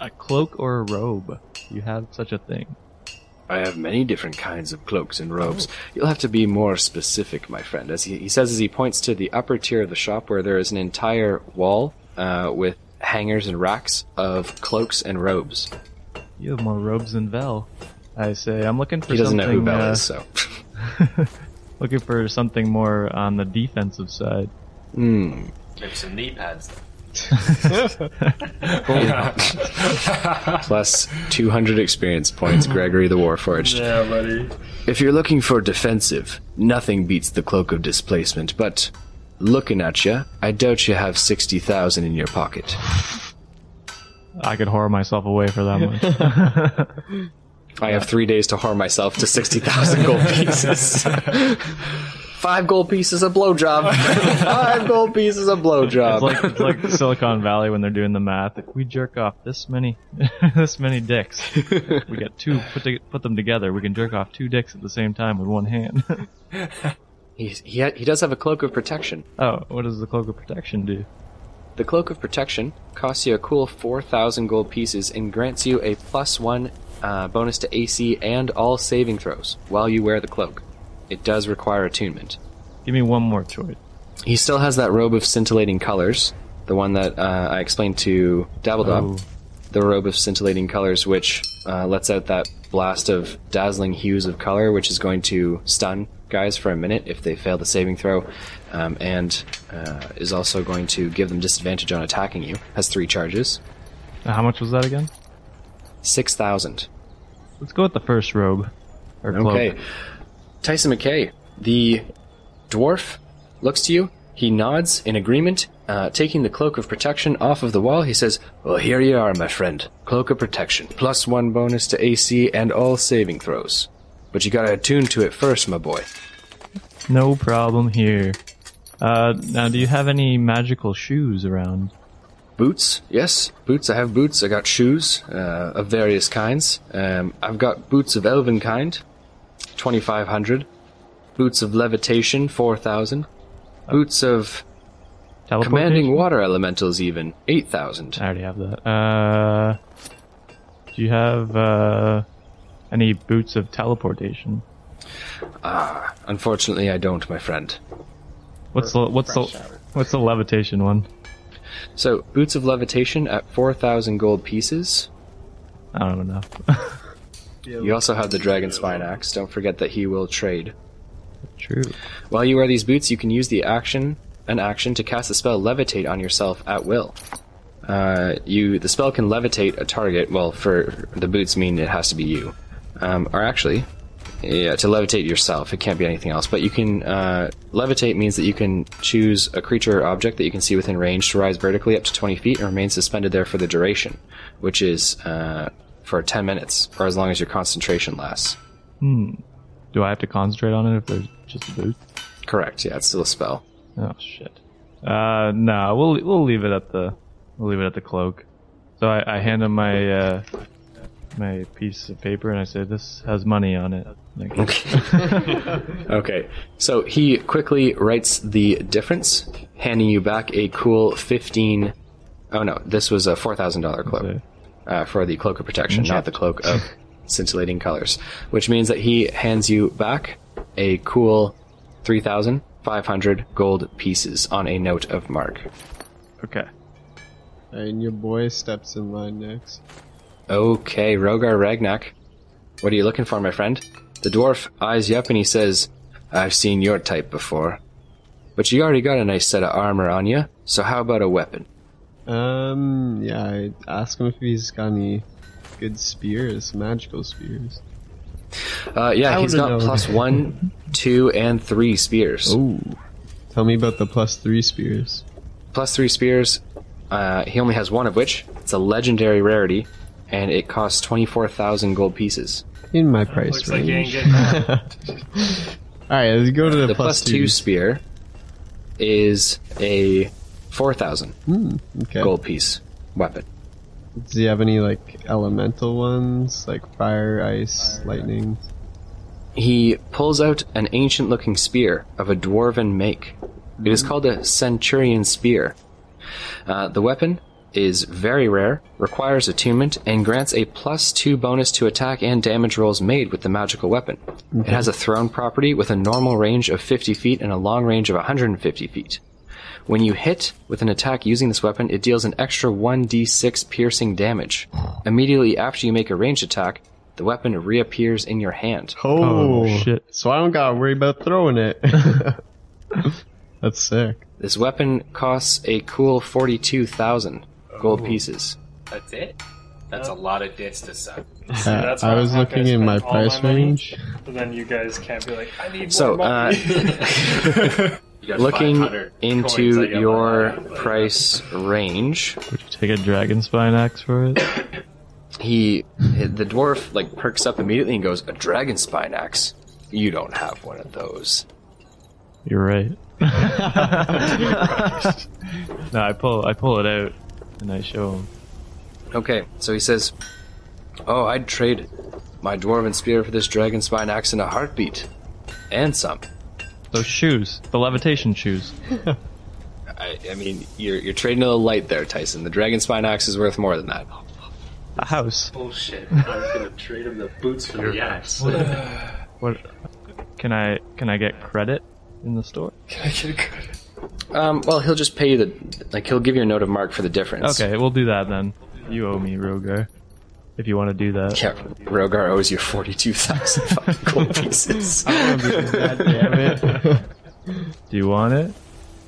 [SPEAKER 1] a cloak or a robe. You have such a thing.
[SPEAKER 2] I have many different kinds of cloaks and robes. You'll have to be more specific, my friend. As he, he says, as he points to the upper tier of the shop, where there is an entire wall uh, with hangers and racks of cloaks and robes.
[SPEAKER 1] You have more robes than Vel. I say I'm looking for
[SPEAKER 2] He doesn't know
[SPEAKER 1] something.
[SPEAKER 2] who Bell
[SPEAKER 1] uh,
[SPEAKER 2] is, so
[SPEAKER 1] Looking for something more on the defensive side.
[SPEAKER 3] Maybe some knee pads.
[SPEAKER 2] plus 200
[SPEAKER 1] [LAUGHS]
[SPEAKER 2] experience points. Gregory the Warforged.
[SPEAKER 4] Yeah, buddy.
[SPEAKER 2] If you're looking for defensive, nothing beats the cloak of displacement. But looking at you, I doubt you have sixty thousand in your pocket.
[SPEAKER 1] I could whore myself away for that one.
[SPEAKER 2] I have three days to harm myself to 60,000 gold pieces. [LAUGHS] Five gold pieces, a blowjob. Five gold pieces, a blowjob.
[SPEAKER 1] It's like it's like Silicon Valley when they're doing the math. If we jerk off this many [LAUGHS] this many dicks, we got two put to, put them together. We can jerk off two dicks at the same time with one hand. [LAUGHS]
[SPEAKER 2] he, he, ha- he does have a cloak of protection.
[SPEAKER 1] oh, what does the cloak of protection do?
[SPEAKER 2] The cloak of protection costs you a cool 4,000 gold pieces and grants you a plus one uh, bonus to AC and all saving throws while you wear the cloak. It does require attunement.
[SPEAKER 1] Give me one more choice.
[SPEAKER 2] He still has that robe of scintillating colors, the one that uh, I explained to Dabbledob.
[SPEAKER 1] Oh.
[SPEAKER 2] the robe of scintillating colors, which uh, lets out that blast of dazzling hues of color, which is going to stun guys for a minute if they fail the saving throw, um, and uh, is also going to give them disadvantage on attacking you. Has three charges,
[SPEAKER 1] Uh, How much was that again?
[SPEAKER 2] six thousand.
[SPEAKER 1] Let's go with the first robe or cloak.
[SPEAKER 2] Okay. Tyson McKay, the dwarf, looks to you. He nods in agreement, uh, taking the cloak of protection off of the wall. He says, Well, here you are, my friend. Cloak of protection, plus one bonus to AC and all saving throws. But you gotta attune to it first, my boy.
[SPEAKER 1] No problem here. Uh, now, do you have any magical shoes around?
[SPEAKER 2] Boots, yes, boots. I have boots. I got shoes uh, of various kinds. Um, I've got boots of elven kind, 2500. Boots of levitation, 4000. Boots of
[SPEAKER 1] Teleportation?
[SPEAKER 2] Commanding water elementals, even eight thousand.
[SPEAKER 1] I already have that. Uh, do you have uh, any boots of teleportation?
[SPEAKER 2] Unfortunately, I don't, my friend.
[SPEAKER 1] What's the what's the what's the levitation one?
[SPEAKER 2] So, boots of levitation at four thousand gold pieces.
[SPEAKER 1] I don't know. [LAUGHS]
[SPEAKER 2] You also have the dragon spine axe. Don't forget that he will trade.
[SPEAKER 1] True.
[SPEAKER 2] While you wear these boots, you can use the action an action to cast the spell levitate on yourself at will. Uh, you the spell can levitate a target. Well, for the boots mean it has to be you, um, or actually, yeah, to levitate yourself. It can't be anything else. But you can uh, levitate means that you can choose a creature or object that you can see within range to rise vertically up to twenty feet and remain suspended there for the duration, which is uh, for ten minutes or as long as your concentration lasts.
[SPEAKER 1] Do I have to concentrate on it if there's just a boot?
[SPEAKER 2] Correct. Yeah, it's still a spell.
[SPEAKER 1] Oh shit. Uh, no, we'll we'll leave it at the we'll leave it at the cloak. So I, I hand him my uh, my piece of paper and I say, "This has money on it." Like,
[SPEAKER 2] Okay, so he quickly writes the difference, handing you back a cool fifteen oh no, this was a four thousand dollar cloak
[SPEAKER 1] Okay.
[SPEAKER 2] uh, for the cloak of protection, not the cloak of scintillating colors. Which means that he hands you back a cool three thousand five hundred gold pieces on a note of mark.
[SPEAKER 1] okay.
[SPEAKER 7] And your boy steps in line next.
[SPEAKER 2] Okay, Rogar Ragnak. What are you looking for, my friend? The dwarf eyes you up and he says, I've seen your type before. But you already got a nice set of armor on you, so how about a weapon?
[SPEAKER 7] Um, yeah, I ask him if he's got any good spears, magical spears.
[SPEAKER 2] Uh, yeah,
[SPEAKER 7] I
[SPEAKER 2] he's got
[SPEAKER 7] would've known.
[SPEAKER 2] plus
[SPEAKER 7] [LAUGHS]
[SPEAKER 2] one, two, and three spears.
[SPEAKER 7] Ooh. Tell me about the plus three spears.
[SPEAKER 2] plus three spears. Uh, he only has one of which. It's a legendary rarity, and it costs 24,000 gold pieces.
[SPEAKER 7] In my price
[SPEAKER 4] Uh, Looks like
[SPEAKER 7] range.
[SPEAKER 4] you ain't getting that.
[SPEAKER 7] [LAUGHS] Alright, let's go to the,
[SPEAKER 2] The plus, plus two spear is a 4,000
[SPEAKER 7] Okay.
[SPEAKER 2] gold piece weapon.
[SPEAKER 7] Does he have any, like, elemental ones? Like fire, ice, lightning?
[SPEAKER 2] He pulls out an ancient looking spear of a dwarven make. It is called a centurion spear. Uh, the weapon is very rare, requires attunement, and grants a plus two bonus to attack and damage rolls made with the magical weapon. It has a thrown property with a normal range of 50 feet and a long range of 150 feet. When you hit with an attack using this weapon, it deals an extra 1d6 piercing damage. Immediately after you make a ranged attack, the weapon reappears in your hand.
[SPEAKER 7] Oh,
[SPEAKER 1] shit.
[SPEAKER 7] So I don't gotta worry about throwing
[SPEAKER 2] [LAUGHS]
[SPEAKER 7] it. [LAUGHS] That's sick.
[SPEAKER 2] This weapon costs a cool 42,000 gold pieces.
[SPEAKER 5] That's it? That's a lot of dicks to suck.
[SPEAKER 7] Uh,
[SPEAKER 4] That's
[SPEAKER 7] I
[SPEAKER 4] why
[SPEAKER 7] was
[SPEAKER 4] I'm not
[SPEAKER 7] looking
[SPEAKER 4] gonna
[SPEAKER 7] in my
[SPEAKER 4] spend all my
[SPEAKER 7] price
[SPEAKER 4] money.
[SPEAKER 7] range.
[SPEAKER 4] But then you guys can't be like, I need
[SPEAKER 2] So,
[SPEAKER 4] more
[SPEAKER 5] [LAUGHS]
[SPEAKER 2] uh,
[SPEAKER 4] money.
[SPEAKER 5] You got
[SPEAKER 2] looking
[SPEAKER 5] 500 coins,
[SPEAKER 2] into
[SPEAKER 5] I got
[SPEAKER 2] your
[SPEAKER 5] mine.
[SPEAKER 2] price range,
[SPEAKER 1] Would you take a dragon spine axe for it?
[SPEAKER 2] he the dwarf like perks up immediately and goes, "A dragon spine axe? You don't have one of those."
[SPEAKER 1] You're right. [LAUGHS] no, I pull I pull it out and I show him.
[SPEAKER 2] Okay, so he says, "Oh, I'd trade my dwarven spear for this dragon spine axe in a heartbeat, and some."
[SPEAKER 1] Those shoes, the levitation shoes.
[SPEAKER 2] I, I mean, you're you're trading a little light there, Tyson. The dragon spine axe is worth more than that.
[SPEAKER 1] A house.
[SPEAKER 5] Bullshit. I was gonna trade him the boots for the axe.
[SPEAKER 1] What? Can I can I get credit in the store?
[SPEAKER 2] Um, well, he'll just pay you the like he'll give you a note of mark for the difference.
[SPEAKER 1] Okay, we'll do that then. You owe me, Rogar. If you want to do that.
[SPEAKER 2] Yeah, Rogar owes you forty-two thousand
[SPEAKER 1] [LAUGHS]
[SPEAKER 2] fucking gold pieces.
[SPEAKER 1] Oh, Do you want it?
[SPEAKER 7] [LAUGHS]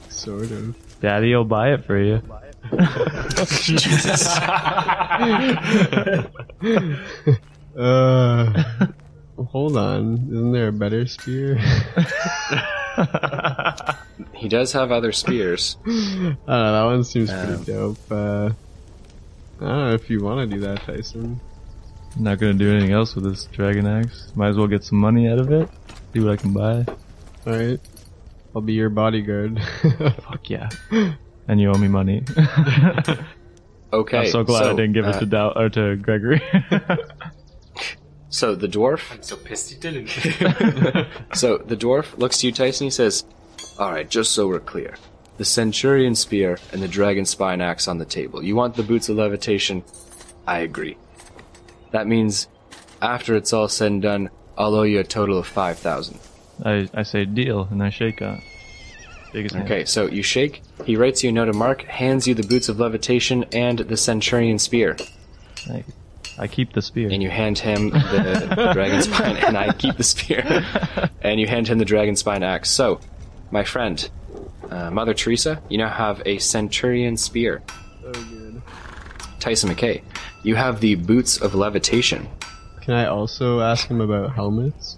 [SPEAKER 7] Sort of. [LAUGHS]
[SPEAKER 1] Daddy'll buy it for you. [LAUGHS]
[SPEAKER 7] Uh, hold on. Isn't there a better spear?
[SPEAKER 2] [LAUGHS]
[SPEAKER 7] [LAUGHS]
[SPEAKER 2] he does have other spears.
[SPEAKER 7] I don't know, that one seems
[SPEAKER 2] Um,
[SPEAKER 7] pretty dope. Uh, I don't know if you want to do that, Tyson.
[SPEAKER 1] I'm not gonna do anything else with this dragon axe. Might as well get some money out of it. See what I can buy.
[SPEAKER 7] Alright. I'll be your bodyguard. [LAUGHS]
[SPEAKER 1] Fuck yeah. And you owe me money. [LAUGHS]
[SPEAKER 2] Okay,
[SPEAKER 1] I'm so glad I didn't give
[SPEAKER 2] uh,
[SPEAKER 1] it to Dal or to Gregory. [LAUGHS]
[SPEAKER 2] So the dwarf,
[SPEAKER 5] I'm so pissed you
[SPEAKER 2] [LAUGHS]
[SPEAKER 5] didn't.
[SPEAKER 2] so the dwarf looks to you, Tyson. He says, "All right, just so we're clear, the centurion spear and the dragon spine axe on the table. You want the boots of levitation? I agree. That means, after it's all said and done, I'll owe you a total of five thousand.
[SPEAKER 1] I, I say deal and I shake on. Biggest
[SPEAKER 2] Okay, so you shake. He writes you a note of mark, hands you the boots of levitation and the centurion spear,
[SPEAKER 1] I, I keep the spear.
[SPEAKER 2] and you hand him the dragon spine. And I keep the spear, and you hand him the dragon spine axe. So, my friend, uh, Mother Teresa, you now have a centurion spear. Tyson McKay, you have the boots of levitation.
[SPEAKER 7] Can I also ask him about helmets?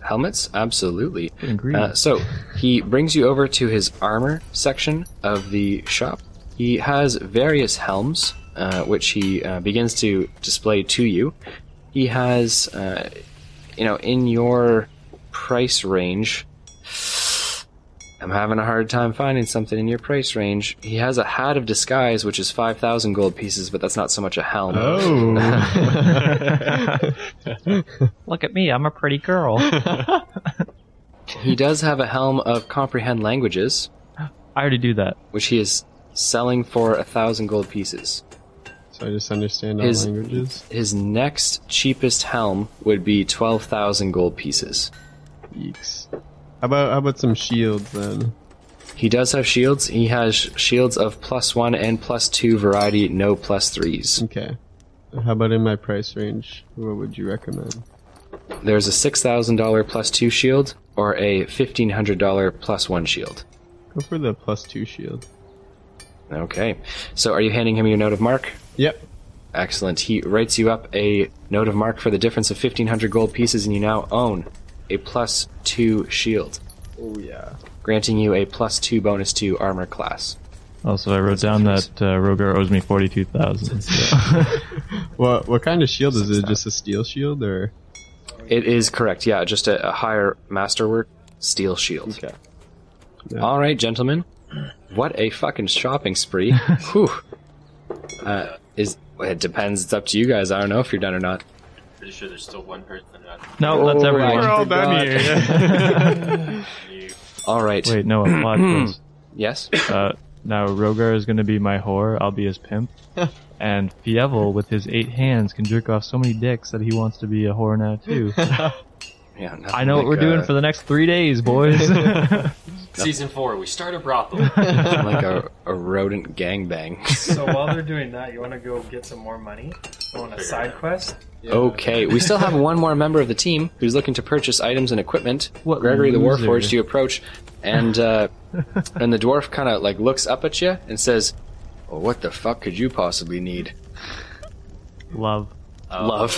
[SPEAKER 2] Helmets? Absolutely.
[SPEAKER 1] green.
[SPEAKER 2] Uh, so he brings you over to his armor section of the shop. He has various helms, uh, which he uh, begins to display to you. He has, uh, you know, in your price range. I'm having a hard time finding something in your price range. He has a hat of disguise, which is 5,000 gold pieces, but that's not so much a helm.
[SPEAKER 7] Oh.
[SPEAKER 1] Look at me, I'm a pretty
[SPEAKER 2] [LAUGHS]
[SPEAKER 1] girl. I
[SPEAKER 2] He does have a helm of comprehend languages,
[SPEAKER 1] already do that.
[SPEAKER 2] which he is selling for a thousand gold pieces.
[SPEAKER 7] [LAUGHS] so I just understand all
[SPEAKER 2] His-
[SPEAKER 7] languages?
[SPEAKER 2] His next cheapest helm would be twelve thousand gold pieces.
[SPEAKER 7] Yeeks. How about, how about some shields then?
[SPEAKER 2] He does have shields. He has shields of plus one and plus two variety, no plus threes.
[SPEAKER 7] Okay. How about in my price range? What would you recommend?
[SPEAKER 2] There's a six thousand dollar plus two shield or a fifteen hundred dollar plus one shield.
[SPEAKER 7] Go for the plus two shield.
[SPEAKER 2] Okay. So are you handing him your note of mark?
[SPEAKER 7] Yep.
[SPEAKER 2] Excellent. He writes you up a note of mark for the difference of fifteen hundred gold pieces, and you now own a plus two shield,
[SPEAKER 7] Oh yeah.
[SPEAKER 2] granting you a plus two bonus to armor class.
[SPEAKER 1] Also, I wrote down that uh, Rogar owes me forty-two thousand.
[SPEAKER 7] What what kind of shield is it? Just a steel shield or?
[SPEAKER 2] It is correct. Yeah, just a, a higher masterwork steel shield.
[SPEAKER 7] Okay.
[SPEAKER 2] All right, gentlemen. What a fucking shopping spree. Whew. Uh, is it depends. It's up to you guys. I don't know if you're done or not.
[SPEAKER 5] Pretty sure there's still one person
[SPEAKER 4] [LAUGHS]
[SPEAKER 5] out there.
[SPEAKER 1] no, Oh, that's everyone.
[SPEAKER 6] Oh, all
[SPEAKER 1] [LAUGHS]
[SPEAKER 6] done here.
[SPEAKER 2] All right.
[SPEAKER 1] Wait, no,
[SPEAKER 2] [CLEARS THROAT]
[SPEAKER 1] a plot twist.
[SPEAKER 2] Yes.
[SPEAKER 1] Uh, now Rogar is going to be my whore. I'll be his
[SPEAKER 2] [LAUGHS]
[SPEAKER 1] pimp. And Fievel, with his eight hands, can jerk off so many dicks that he wants to be a whore now
[SPEAKER 2] [LAUGHS]
[SPEAKER 1] too.
[SPEAKER 2] Yeah, nothing
[SPEAKER 1] I know what
[SPEAKER 2] like,
[SPEAKER 1] we're doing
[SPEAKER 2] uh,
[SPEAKER 1] for the next three days,
[SPEAKER 2] [LAUGHS]
[SPEAKER 1] boys. [LAUGHS]
[SPEAKER 5] Season four, we start a
[SPEAKER 1] [LAUGHS]
[SPEAKER 5] brothel.
[SPEAKER 2] like a, a rodent gangbang.
[SPEAKER 4] So while they're doing that, you want to go get some more money on a side quest?
[SPEAKER 2] Okay, we still have one more member of the team who's looking to purchase items and equipment.
[SPEAKER 1] What
[SPEAKER 2] Gregory
[SPEAKER 1] loser.
[SPEAKER 2] the Warforged, you approach, and
[SPEAKER 1] [LAUGHS]
[SPEAKER 2] uh, and the dwarf kind of like looks up at you and says, well, "What the fuck could you possibly need?"
[SPEAKER 1] Love. [LAUGHS]
[SPEAKER 2] Love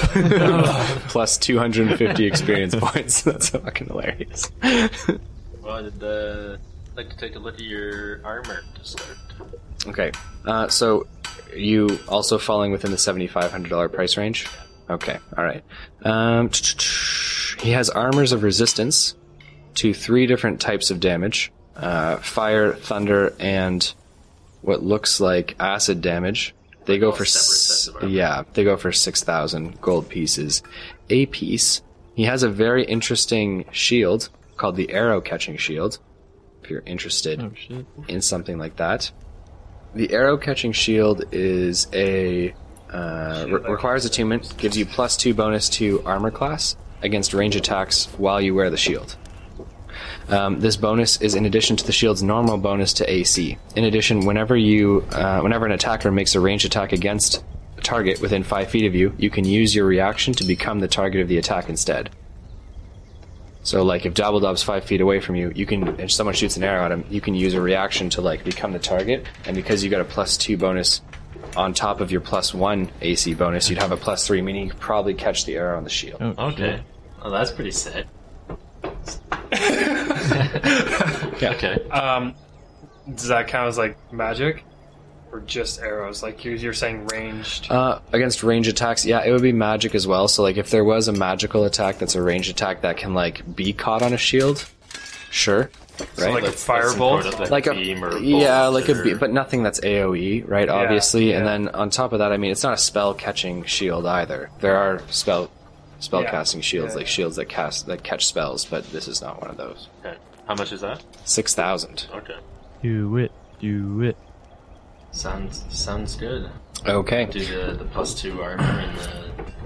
[SPEAKER 2] plus two hundred and fifty experience points. [LAUGHS] That's fucking hilarious.
[SPEAKER 5] well, I'd uh, like to take a look at your armor to start.
[SPEAKER 2] okay, uh, so you also falling within the seventy five hundred dollar price range. Okay, all right. Um, he has armors of resistance to three different types of damage: uh, fire, thunder, and what looks like acid damage. They go
[SPEAKER 5] all
[SPEAKER 2] for
[SPEAKER 5] separate sets
[SPEAKER 2] s-
[SPEAKER 5] of armor.
[SPEAKER 2] yeah, they go for six thousand gold pieces a piece. He has a very interesting shield called the Arrow Catching Shield. If you're interested in something like that, the Arrow Catching Shield is a uh, re- requires attunement, gives you plus two bonus to armor class against range attacks while you wear the shield. Um, this bonus is in addition to the shield's normal bonus to AC. In addition, whenever you, uh, whenever an attacker makes a range attack against a target within five feet of you, you can use your reaction to become the target of the attack instead. So, like, if Dabbledob's five feet away from you, you can, if someone shoots an arrow at him, you can use a reaction to like become the target. And because you got a plus two bonus on top of your plus one AC bonus, you'd have a plus three, meaning you could probably catch the arrow on the shield.
[SPEAKER 5] Okay. Well, that's pretty [LAUGHS] sad.
[SPEAKER 2] [LAUGHS] Yeah.
[SPEAKER 5] Okay.
[SPEAKER 4] Um, does that count as like magic, or just arrows? Like you're, you're saying ranged.
[SPEAKER 2] Uh, against range attacks, yeah, it would be magic as well. So, like, if there was a magical attack that's a range attack that can like be caught on a shield, sure,
[SPEAKER 4] so
[SPEAKER 2] right?
[SPEAKER 4] like a
[SPEAKER 5] That's- that's some
[SPEAKER 4] firebolt.
[SPEAKER 5] sort of,
[SPEAKER 2] like a
[SPEAKER 5] beam or
[SPEAKER 2] yeah,
[SPEAKER 5] bolt
[SPEAKER 2] like a
[SPEAKER 5] or-
[SPEAKER 2] be- but nothing that's AOE, right? obviously, and
[SPEAKER 4] yeah.
[SPEAKER 2] then on top of that, I mean, it's not a spell catching shield either. There are spell spell
[SPEAKER 4] Yeah.
[SPEAKER 2] casting shields,
[SPEAKER 4] Yeah,
[SPEAKER 2] like
[SPEAKER 4] yeah.
[SPEAKER 2] shields that cast that catch spells, but this is not one of those.
[SPEAKER 5] Okay. How much is that?
[SPEAKER 2] Six thousand.
[SPEAKER 5] Okay.
[SPEAKER 1] Do it. Do it.
[SPEAKER 5] Sounds sounds good.
[SPEAKER 2] Okay.
[SPEAKER 5] Do the, the plus two armor and the,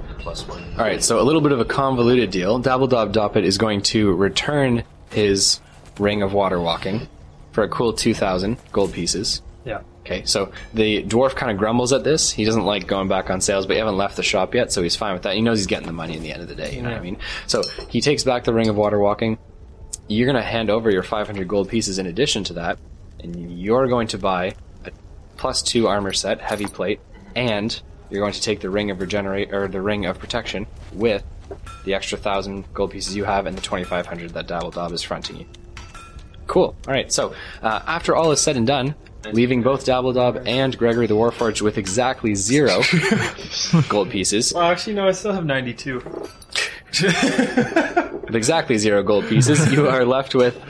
[SPEAKER 5] the plus one.
[SPEAKER 2] All right, so a little bit of a convoluted deal. Dabbledob Doppet is going to return his ring of water walking for a cool 2,000 gold pieces.
[SPEAKER 4] Yeah.
[SPEAKER 2] Okay, so the dwarf kind of grumbles at this. He doesn't like going back on sales, but you haven't left the shop yet, so he's fine with that. He knows he's getting the money in the end of the day, you know what I mean? So he takes back the ring of water walking. You're going to hand over your 500 gold pieces in addition to that, and you're going to buy a plus two armor set, heavy plate, and you're going to take the ring of regenerate or the ring of protection with the extra thousand gold pieces you have and the 2500 that Dabbledob is fronting you. Cool. All right. So uh, after all is said and done, leaving both Dabbledob and Gregory the Warforged with exactly zero gold pieces,
[SPEAKER 4] Well, actually, no. I still have ninety-two.
[SPEAKER 2] with exactly zero gold pieces, you are left with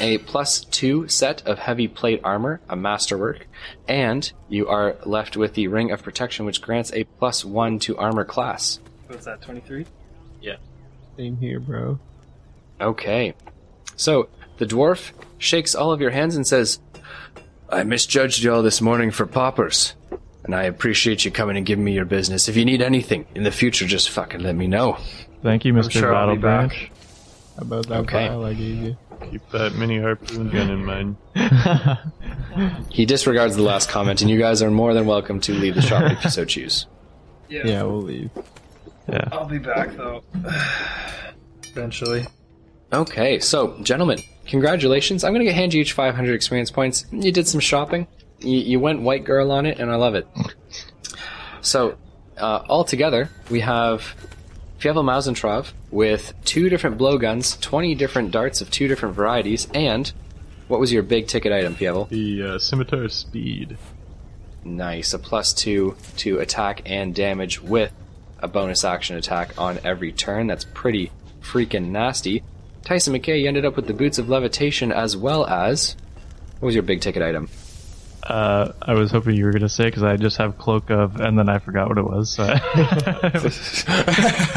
[SPEAKER 2] a plus two set of heavy plate armor, a masterwork, and you are left with the Ring of Protection, which grants a plus one to armor class.
[SPEAKER 4] What's that? Twenty-three.
[SPEAKER 7] Same here, bro.
[SPEAKER 2] Okay. So the dwarf shakes all of your hands and says, I misjudged y'all this morning for paupers, and I appreciate you coming and giving me your business. If you need anything in the future, just fucking let me know.
[SPEAKER 1] Thank you, Mr.
[SPEAKER 4] sure
[SPEAKER 1] Battle
[SPEAKER 4] I'll be back.
[SPEAKER 1] Branch.
[SPEAKER 7] How about that
[SPEAKER 2] Okay.
[SPEAKER 7] vial I gave you?
[SPEAKER 6] Keep that mini harpoon gun in
[SPEAKER 1] [LAUGHS]
[SPEAKER 6] mind.
[SPEAKER 2] He disregards the last comment, and you guys are more than welcome to leave the shop if you so choose.
[SPEAKER 4] Yeah.
[SPEAKER 7] Yeah, we'll leave.
[SPEAKER 1] Yeah.
[SPEAKER 4] I'll be back though. [SIGHS] Eventually.
[SPEAKER 2] Okay, so gentlemen, congratulations. I'm gonna hand you each 500 experience points. You did some shopping. You, you went white girl on it, and I love it. So, uh, all together, we have Fievel Mausentrov with two different blowguns, 20 different darts of two different varieties, and what was your big ticket item, Fievel?
[SPEAKER 6] The uh, scimitar of speed.
[SPEAKER 2] Nice, a plus two to attack and damage with a bonus action attack on every turn. That's pretty freaking nasty. Tyson McKay, you ended up with the boots of levitation as well as what was your big ticket item?
[SPEAKER 1] Uh, I was hoping you were gonna say because I just have cloak of, and then I [LAUGHS] forgot what it was. So I-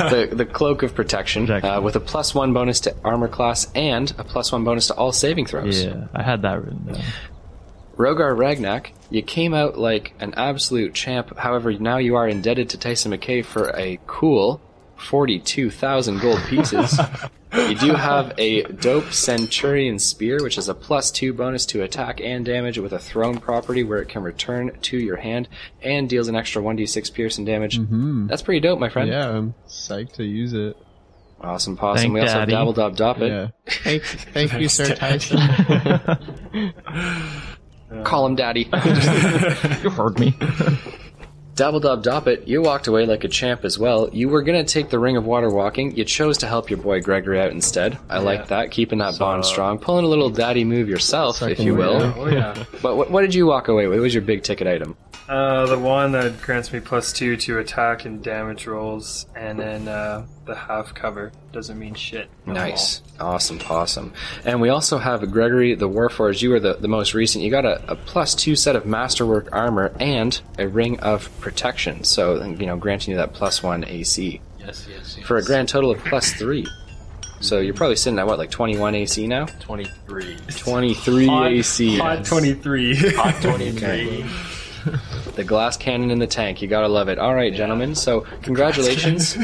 [SPEAKER 2] the, the cloak of protection
[SPEAKER 1] Protection.
[SPEAKER 2] uh, with a plus one bonus to armor class and a plus one bonus to all saving throws.
[SPEAKER 1] yeah, I had that written down.
[SPEAKER 2] Rogar Ragnak, you came out like an absolute champ. However, now you are indebted to Tyson McKay for a cool 42,000 gold pieces. you do have a dope Centurion Spear, which is a plus two bonus to attack and damage with a thrown property where it can return to your hand and deals an extra 1d6 piercing damage. That's pretty dope, my friend.
[SPEAKER 7] Mm-hmm. Hmm. Yeah, I'm psyched to use it.
[SPEAKER 2] Awesome, possum.
[SPEAKER 1] Thank
[SPEAKER 2] we also
[SPEAKER 1] Daddy.
[SPEAKER 2] have Dabble Dob Doppet.
[SPEAKER 7] Yeah. Thank, thank you, Sir Tyson.
[SPEAKER 2] Call him Daddy.
[SPEAKER 1] You heard me.
[SPEAKER 2] Dabble Dob Doppet, you walked away like a champ as well. You were gonna take the Ring of Water walking. You chose to help your boy Gregory out instead. I like that, keeping that bond strong, pulling a little daddy move yourself, if
[SPEAKER 7] Second
[SPEAKER 2] you will.
[SPEAKER 7] round.
[SPEAKER 4] Oh yeah.
[SPEAKER 2] But what, what did you walk away with? What was your big ticket item?
[SPEAKER 4] Uh, the one that grants me plus two to attack and damage rolls, and then uh, the half cover doesn't mean shit. at all.
[SPEAKER 2] Nice, awesome, possum. And we also have Gregory the Warforged. You were the, the most recent. You got a, a plus two set of masterwork armor and a ring of protection. So you know, granting you that plus one AC
[SPEAKER 5] Yes, yes, yes.
[SPEAKER 2] for a grand total of plus three. So you're probably sitting at what, like 21 AC now?
[SPEAKER 5] 23.
[SPEAKER 2] 23 AC.
[SPEAKER 4] Hot twenty-three. [LAUGHS]
[SPEAKER 5] Hot 23.
[SPEAKER 2] The glass cannon in the tank. You gotta love it. All right, gentlemen. So
[SPEAKER 4] [LAUGHS]
[SPEAKER 2] congratulations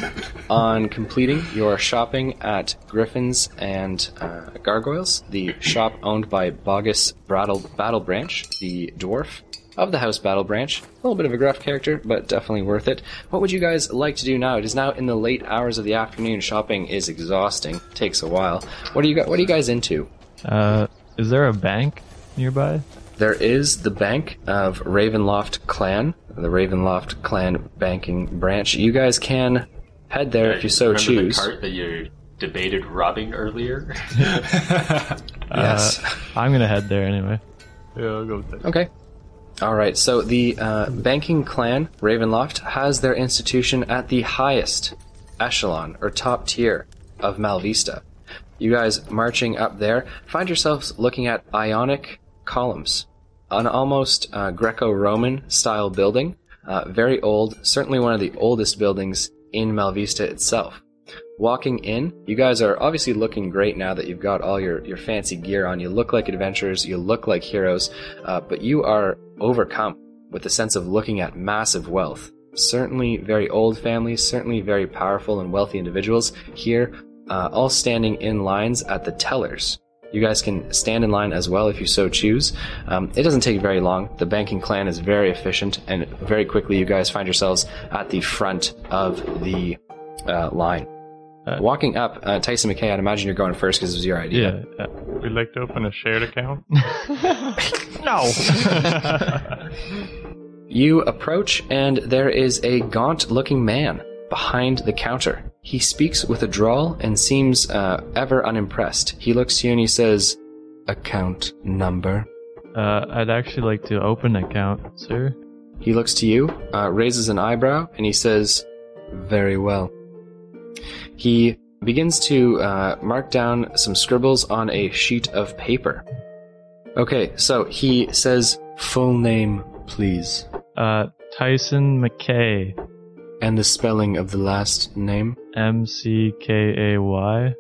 [SPEAKER 2] on completing your shopping at Griffins and uh, Gargoyles, the shop owned by Bogus Brattle, Battle Branch, the dwarf of the House Battle Branch. A little bit of a gruff character, but definitely worth it. What would you guys like to do now? It is now in the late hours of the afternoon. Shopping is exhausting. Takes a while. What do you got? What are you guys into?
[SPEAKER 1] Uh, is there a bank nearby?
[SPEAKER 2] There is the bank of Ravenloft Clan, the Ravenloft Clan banking branch. You guys can head there if you so
[SPEAKER 5] Remember
[SPEAKER 2] choose.
[SPEAKER 5] the cart that you debated robbing earlier? [LAUGHS]
[SPEAKER 2] [LAUGHS] Yes.
[SPEAKER 1] I'm gonna head there anyway.
[SPEAKER 6] Yeah, I'll go with that.
[SPEAKER 2] Okay. All right. So the uh, banking clan Ravenloft has their institution at the highest echelon or top tier of Malvista. You guys marching up there find yourselves looking at Ionic columns, an almost uh, Greco-Roman style building, uh, very old, certainly one of the oldest buildings in Malvista itself. Walking in, you guys are obviously looking great now that you've got all your, your fancy gear on. You look like adventurers, you look like heroes, uh, but you are overcome with the sense of looking at massive wealth. Certainly very old families, certainly very powerful and wealthy individuals here, uh, all standing in lines at the tellers. You guys can stand in line as well if you so choose. Um, it doesn't take very long. The banking clan is very efficient, and very quickly you guys find yourselves at the front of the uh, line. Walking up, uh, Tyson McKay, I'd imagine you're going first because it was your idea.
[SPEAKER 1] Yeah. uh,
[SPEAKER 6] We'd like to open a
[SPEAKER 1] [LAUGHS]
[SPEAKER 6] shared account.
[SPEAKER 2] You approach, and there is a gaunt looking man behind the counter. He speaks with a drawl and seems uh, ever unimpressed. He looks to you and he says, Account number.
[SPEAKER 1] Uh, I'd actually like to open an account, sir.
[SPEAKER 2] He looks to you, uh, raises an eyebrow, and he says, Very well. He begins to uh, mark down some scribbles on a sheet of paper. Okay, so he says, Full name, please.
[SPEAKER 1] Uh, Tyson McKay,
[SPEAKER 2] And the spelling of the last name?
[SPEAKER 1] M C K A Y.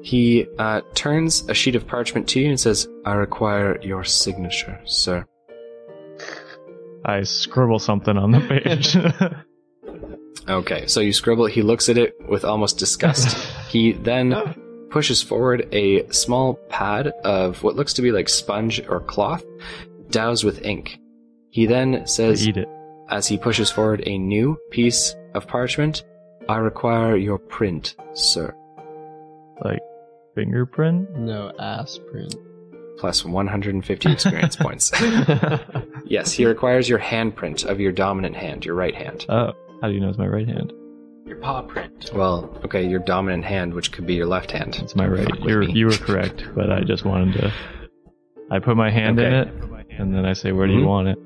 [SPEAKER 2] He uh, turns a sheet of parchment to you and says, I require your signature, sir.
[SPEAKER 1] I scribble something on the
[SPEAKER 2] [LAUGHS]
[SPEAKER 1] page.
[SPEAKER 2] Okay, so you scribble. He looks at it with
[SPEAKER 1] [LAUGHS]
[SPEAKER 2] almost disgust. he
[SPEAKER 1] Oh.
[SPEAKER 2] then pushes forward a small pad of what looks to be like sponge or cloth, doused with ink. He then
[SPEAKER 1] I
[SPEAKER 2] says,
[SPEAKER 1] eat it.
[SPEAKER 2] as he pushes forward a new piece of parchment. I require your print, sir.
[SPEAKER 1] Like
[SPEAKER 2] [LAUGHS]
[SPEAKER 1] fingerprint?
[SPEAKER 7] No ass print.
[SPEAKER 1] [LAUGHS]
[SPEAKER 2] Plus 150 experience points.
[SPEAKER 1] Oh,
[SPEAKER 2] yes, he requires your handprint of your dominant hand, your right hand.
[SPEAKER 1] Oh, how do you know it's my right hand?
[SPEAKER 5] Your paw print.
[SPEAKER 2] Well, okay, your dominant hand, which could be your left hand.
[SPEAKER 1] It's my right.
[SPEAKER 2] Fuck with
[SPEAKER 1] You're,
[SPEAKER 2] me.
[SPEAKER 1] you were correct, but I just wanted to. I put my hand in
[SPEAKER 2] Okay.
[SPEAKER 1] it, and then I say, "Where do you
[SPEAKER 2] Mhm.
[SPEAKER 1] want it?"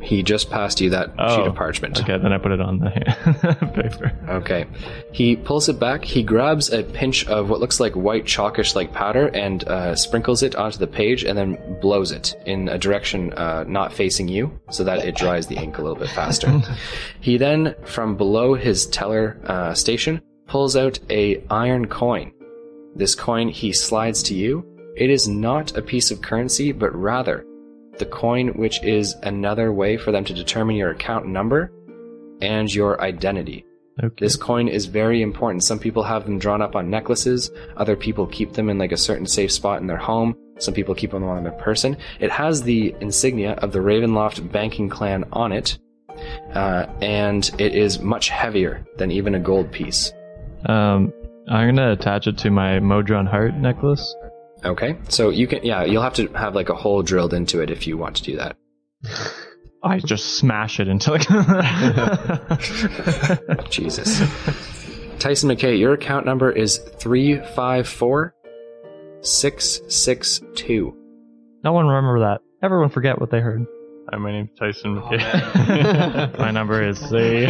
[SPEAKER 2] He just passed you that
[SPEAKER 1] Oh,
[SPEAKER 2] sheet of parchment.
[SPEAKER 1] Okay, then I put it on the [LAUGHS] hand paper.
[SPEAKER 2] Okay. He pulls it back. He grabs a pinch of what looks like white chalkish like powder and uh, sprinkles it onto the page and then blows it in a direction uh, not facing you so that it dries the ink a little bit faster. he then, from below his teller uh, station, pulls out a iron coin. This coin he slides to you. It is not a piece of currency, but rather the coin, which is another way for them to determine your account number and your identity.
[SPEAKER 1] Okay.
[SPEAKER 2] This coin is very important. Some people have them drawn up on necklaces. Other people keep them in like a certain safe spot in their home. Some people keep them on their person. It has the insignia of the Ravenloft banking clan on it, uh, and it is much heavier than even a gold piece.
[SPEAKER 1] Um, I'm gonna attach it to my Modron heart necklace.
[SPEAKER 2] Okay, so you can yeah, you'll have to have like a hole drilled into it if you want to do that.
[SPEAKER 1] I just smash it into
[SPEAKER 2] [LAUGHS]
[SPEAKER 1] like. [LAUGHS]
[SPEAKER 2] Jesus. Tyson McKay, your account number is three five four six six two.
[SPEAKER 1] no one remember that. Everyone forget what they heard.
[SPEAKER 6] Hi, my name's Tyson
[SPEAKER 5] Oh,
[SPEAKER 6] McKay. [LAUGHS]
[SPEAKER 1] My number is C.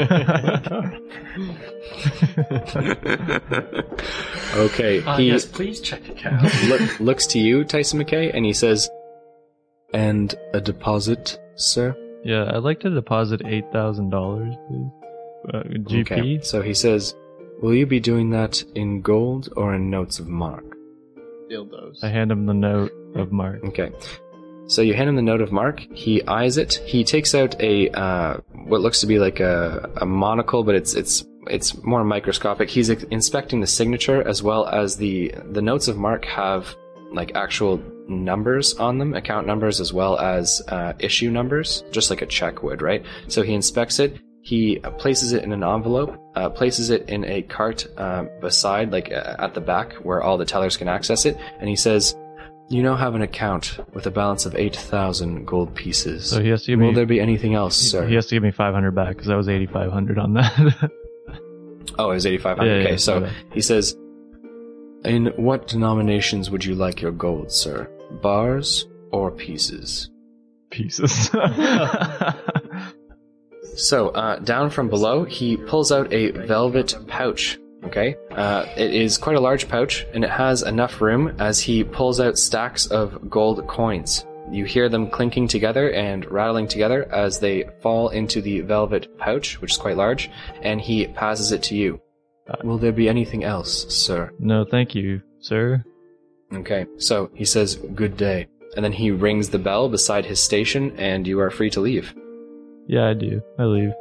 [SPEAKER 2] Okay,
[SPEAKER 5] Ah,
[SPEAKER 2] he
[SPEAKER 5] yes, please check
[SPEAKER 2] [LAUGHS]
[SPEAKER 5] account.
[SPEAKER 2] look, looks to you, Tyson McKay, and he says, "And a deposit, sir."
[SPEAKER 1] yeah, I'd like to deposit eight thousand dollars, please. Uh, GP.
[SPEAKER 2] Okay. So he says, "Will you be doing that in gold or in notes of mark?"
[SPEAKER 1] I hand him the note of Mark.
[SPEAKER 2] Okay. So you hand him the note of mark. He eyes it. He takes out a uh, what looks to be like a, a monocle, but it's it's it's more microscopic. He's ex- inspecting the signature as well as the the notes of mark have like actual numbers on them, account numbers as well as uh, issue numbers, just like a check would, right? So he inspects it. He uh, places it in an envelope, uh, places it in a cart um, beside, like uh, at the back where all the tellers can access it, and he says, "You now have an account with a balance of eight thousand gold pieces.
[SPEAKER 1] So he has to give
[SPEAKER 2] Will
[SPEAKER 1] me.
[SPEAKER 2] there be anything else, sir?"
[SPEAKER 1] He has to give me five hundred back because I was eighty five hundred on that. [LAUGHS]
[SPEAKER 2] Oh, it was eighty five
[SPEAKER 1] Yeah,
[SPEAKER 2] hundred.
[SPEAKER 1] yeah,
[SPEAKER 2] Okay,
[SPEAKER 1] yeah,
[SPEAKER 2] so
[SPEAKER 1] my bad.
[SPEAKER 2] he says, "In what denominations would you like your gold, sir? Bars or pieces?"
[SPEAKER 1] Pieces. [LAUGHS]
[SPEAKER 2] So, uh, down from below, he pulls out a velvet pouch. Okay? Uh, it is quite a large pouch, and it has enough room as he pulls out stacks of gold coins. You hear them clinking together and rattling together as they fall into the velvet pouch, which is quite large, and he passes it to you. Uh, Will there be anything else, sir?
[SPEAKER 1] no, thank you, sir.
[SPEAKER 2] Okay, so he says, Good day. And then he rings the bell beside his station, and you are free to leave.
[SPEAKER 1] Yeah, I do. I leave.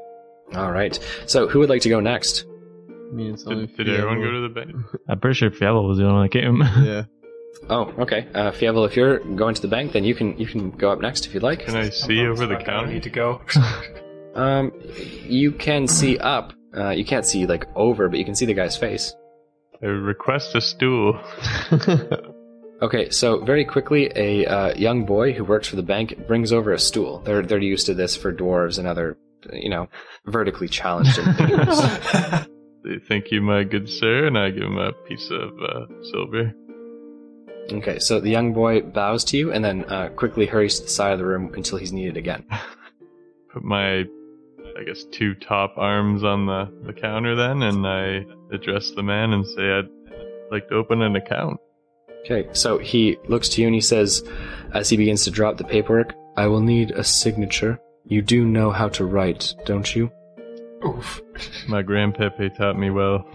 [SPEAKER 2] All right. So, who would like to go next?
[SPEAKER 7] Me and Sully.
[SPEAKER 6] did, did everyone go to the bank?
[SPEAKER 1] I'm pretty sure Fiala was the only one that came.
[SPEAKER 7] Yeah.
[SPEAKER 2] Oh, okay. Uh, Fievel, if you're going to the bank, then you can you can go up next if you'd like.
[SPEAKER 6] Can I see over the
[SPEAKER 4] I don't
[SPEAKER 6] counter?
[SPEAKER 4] need to go.
[SPEAKER 2] Um, you can see up. Uh, you can't see like over, but you can see the guy's face.
[SPEAKER 6] I request a stool.
[SPEAKER 2] [LAUGHS] Okay, so very quickly, a uh, young boy who works for the bank brings over a stool. They're they're used to this for dwarves and other, you know, vertically challenged individuals.
[SPEAKER 6] [LAUGHS] They Thank you, my good sir, and I give him a piece of uh, silver.
[SPEAKER 2] okay, so the young boy bows to you and then uh, quickly hurries to the side of the room until he's needed again.
[SPEAKER 6] Put my, I guess, two top arms on the, the counter then, and I address the man and say, I'd like to open an account.
[SPEAKER 2] Okay, so he looks to you and he says, as he begins to drop the paperwork, I will need a signature. You do know how to write, don't you?
[SPEAKER 4] Oof.
[SPEAKER 6] My grandpepe taught me well.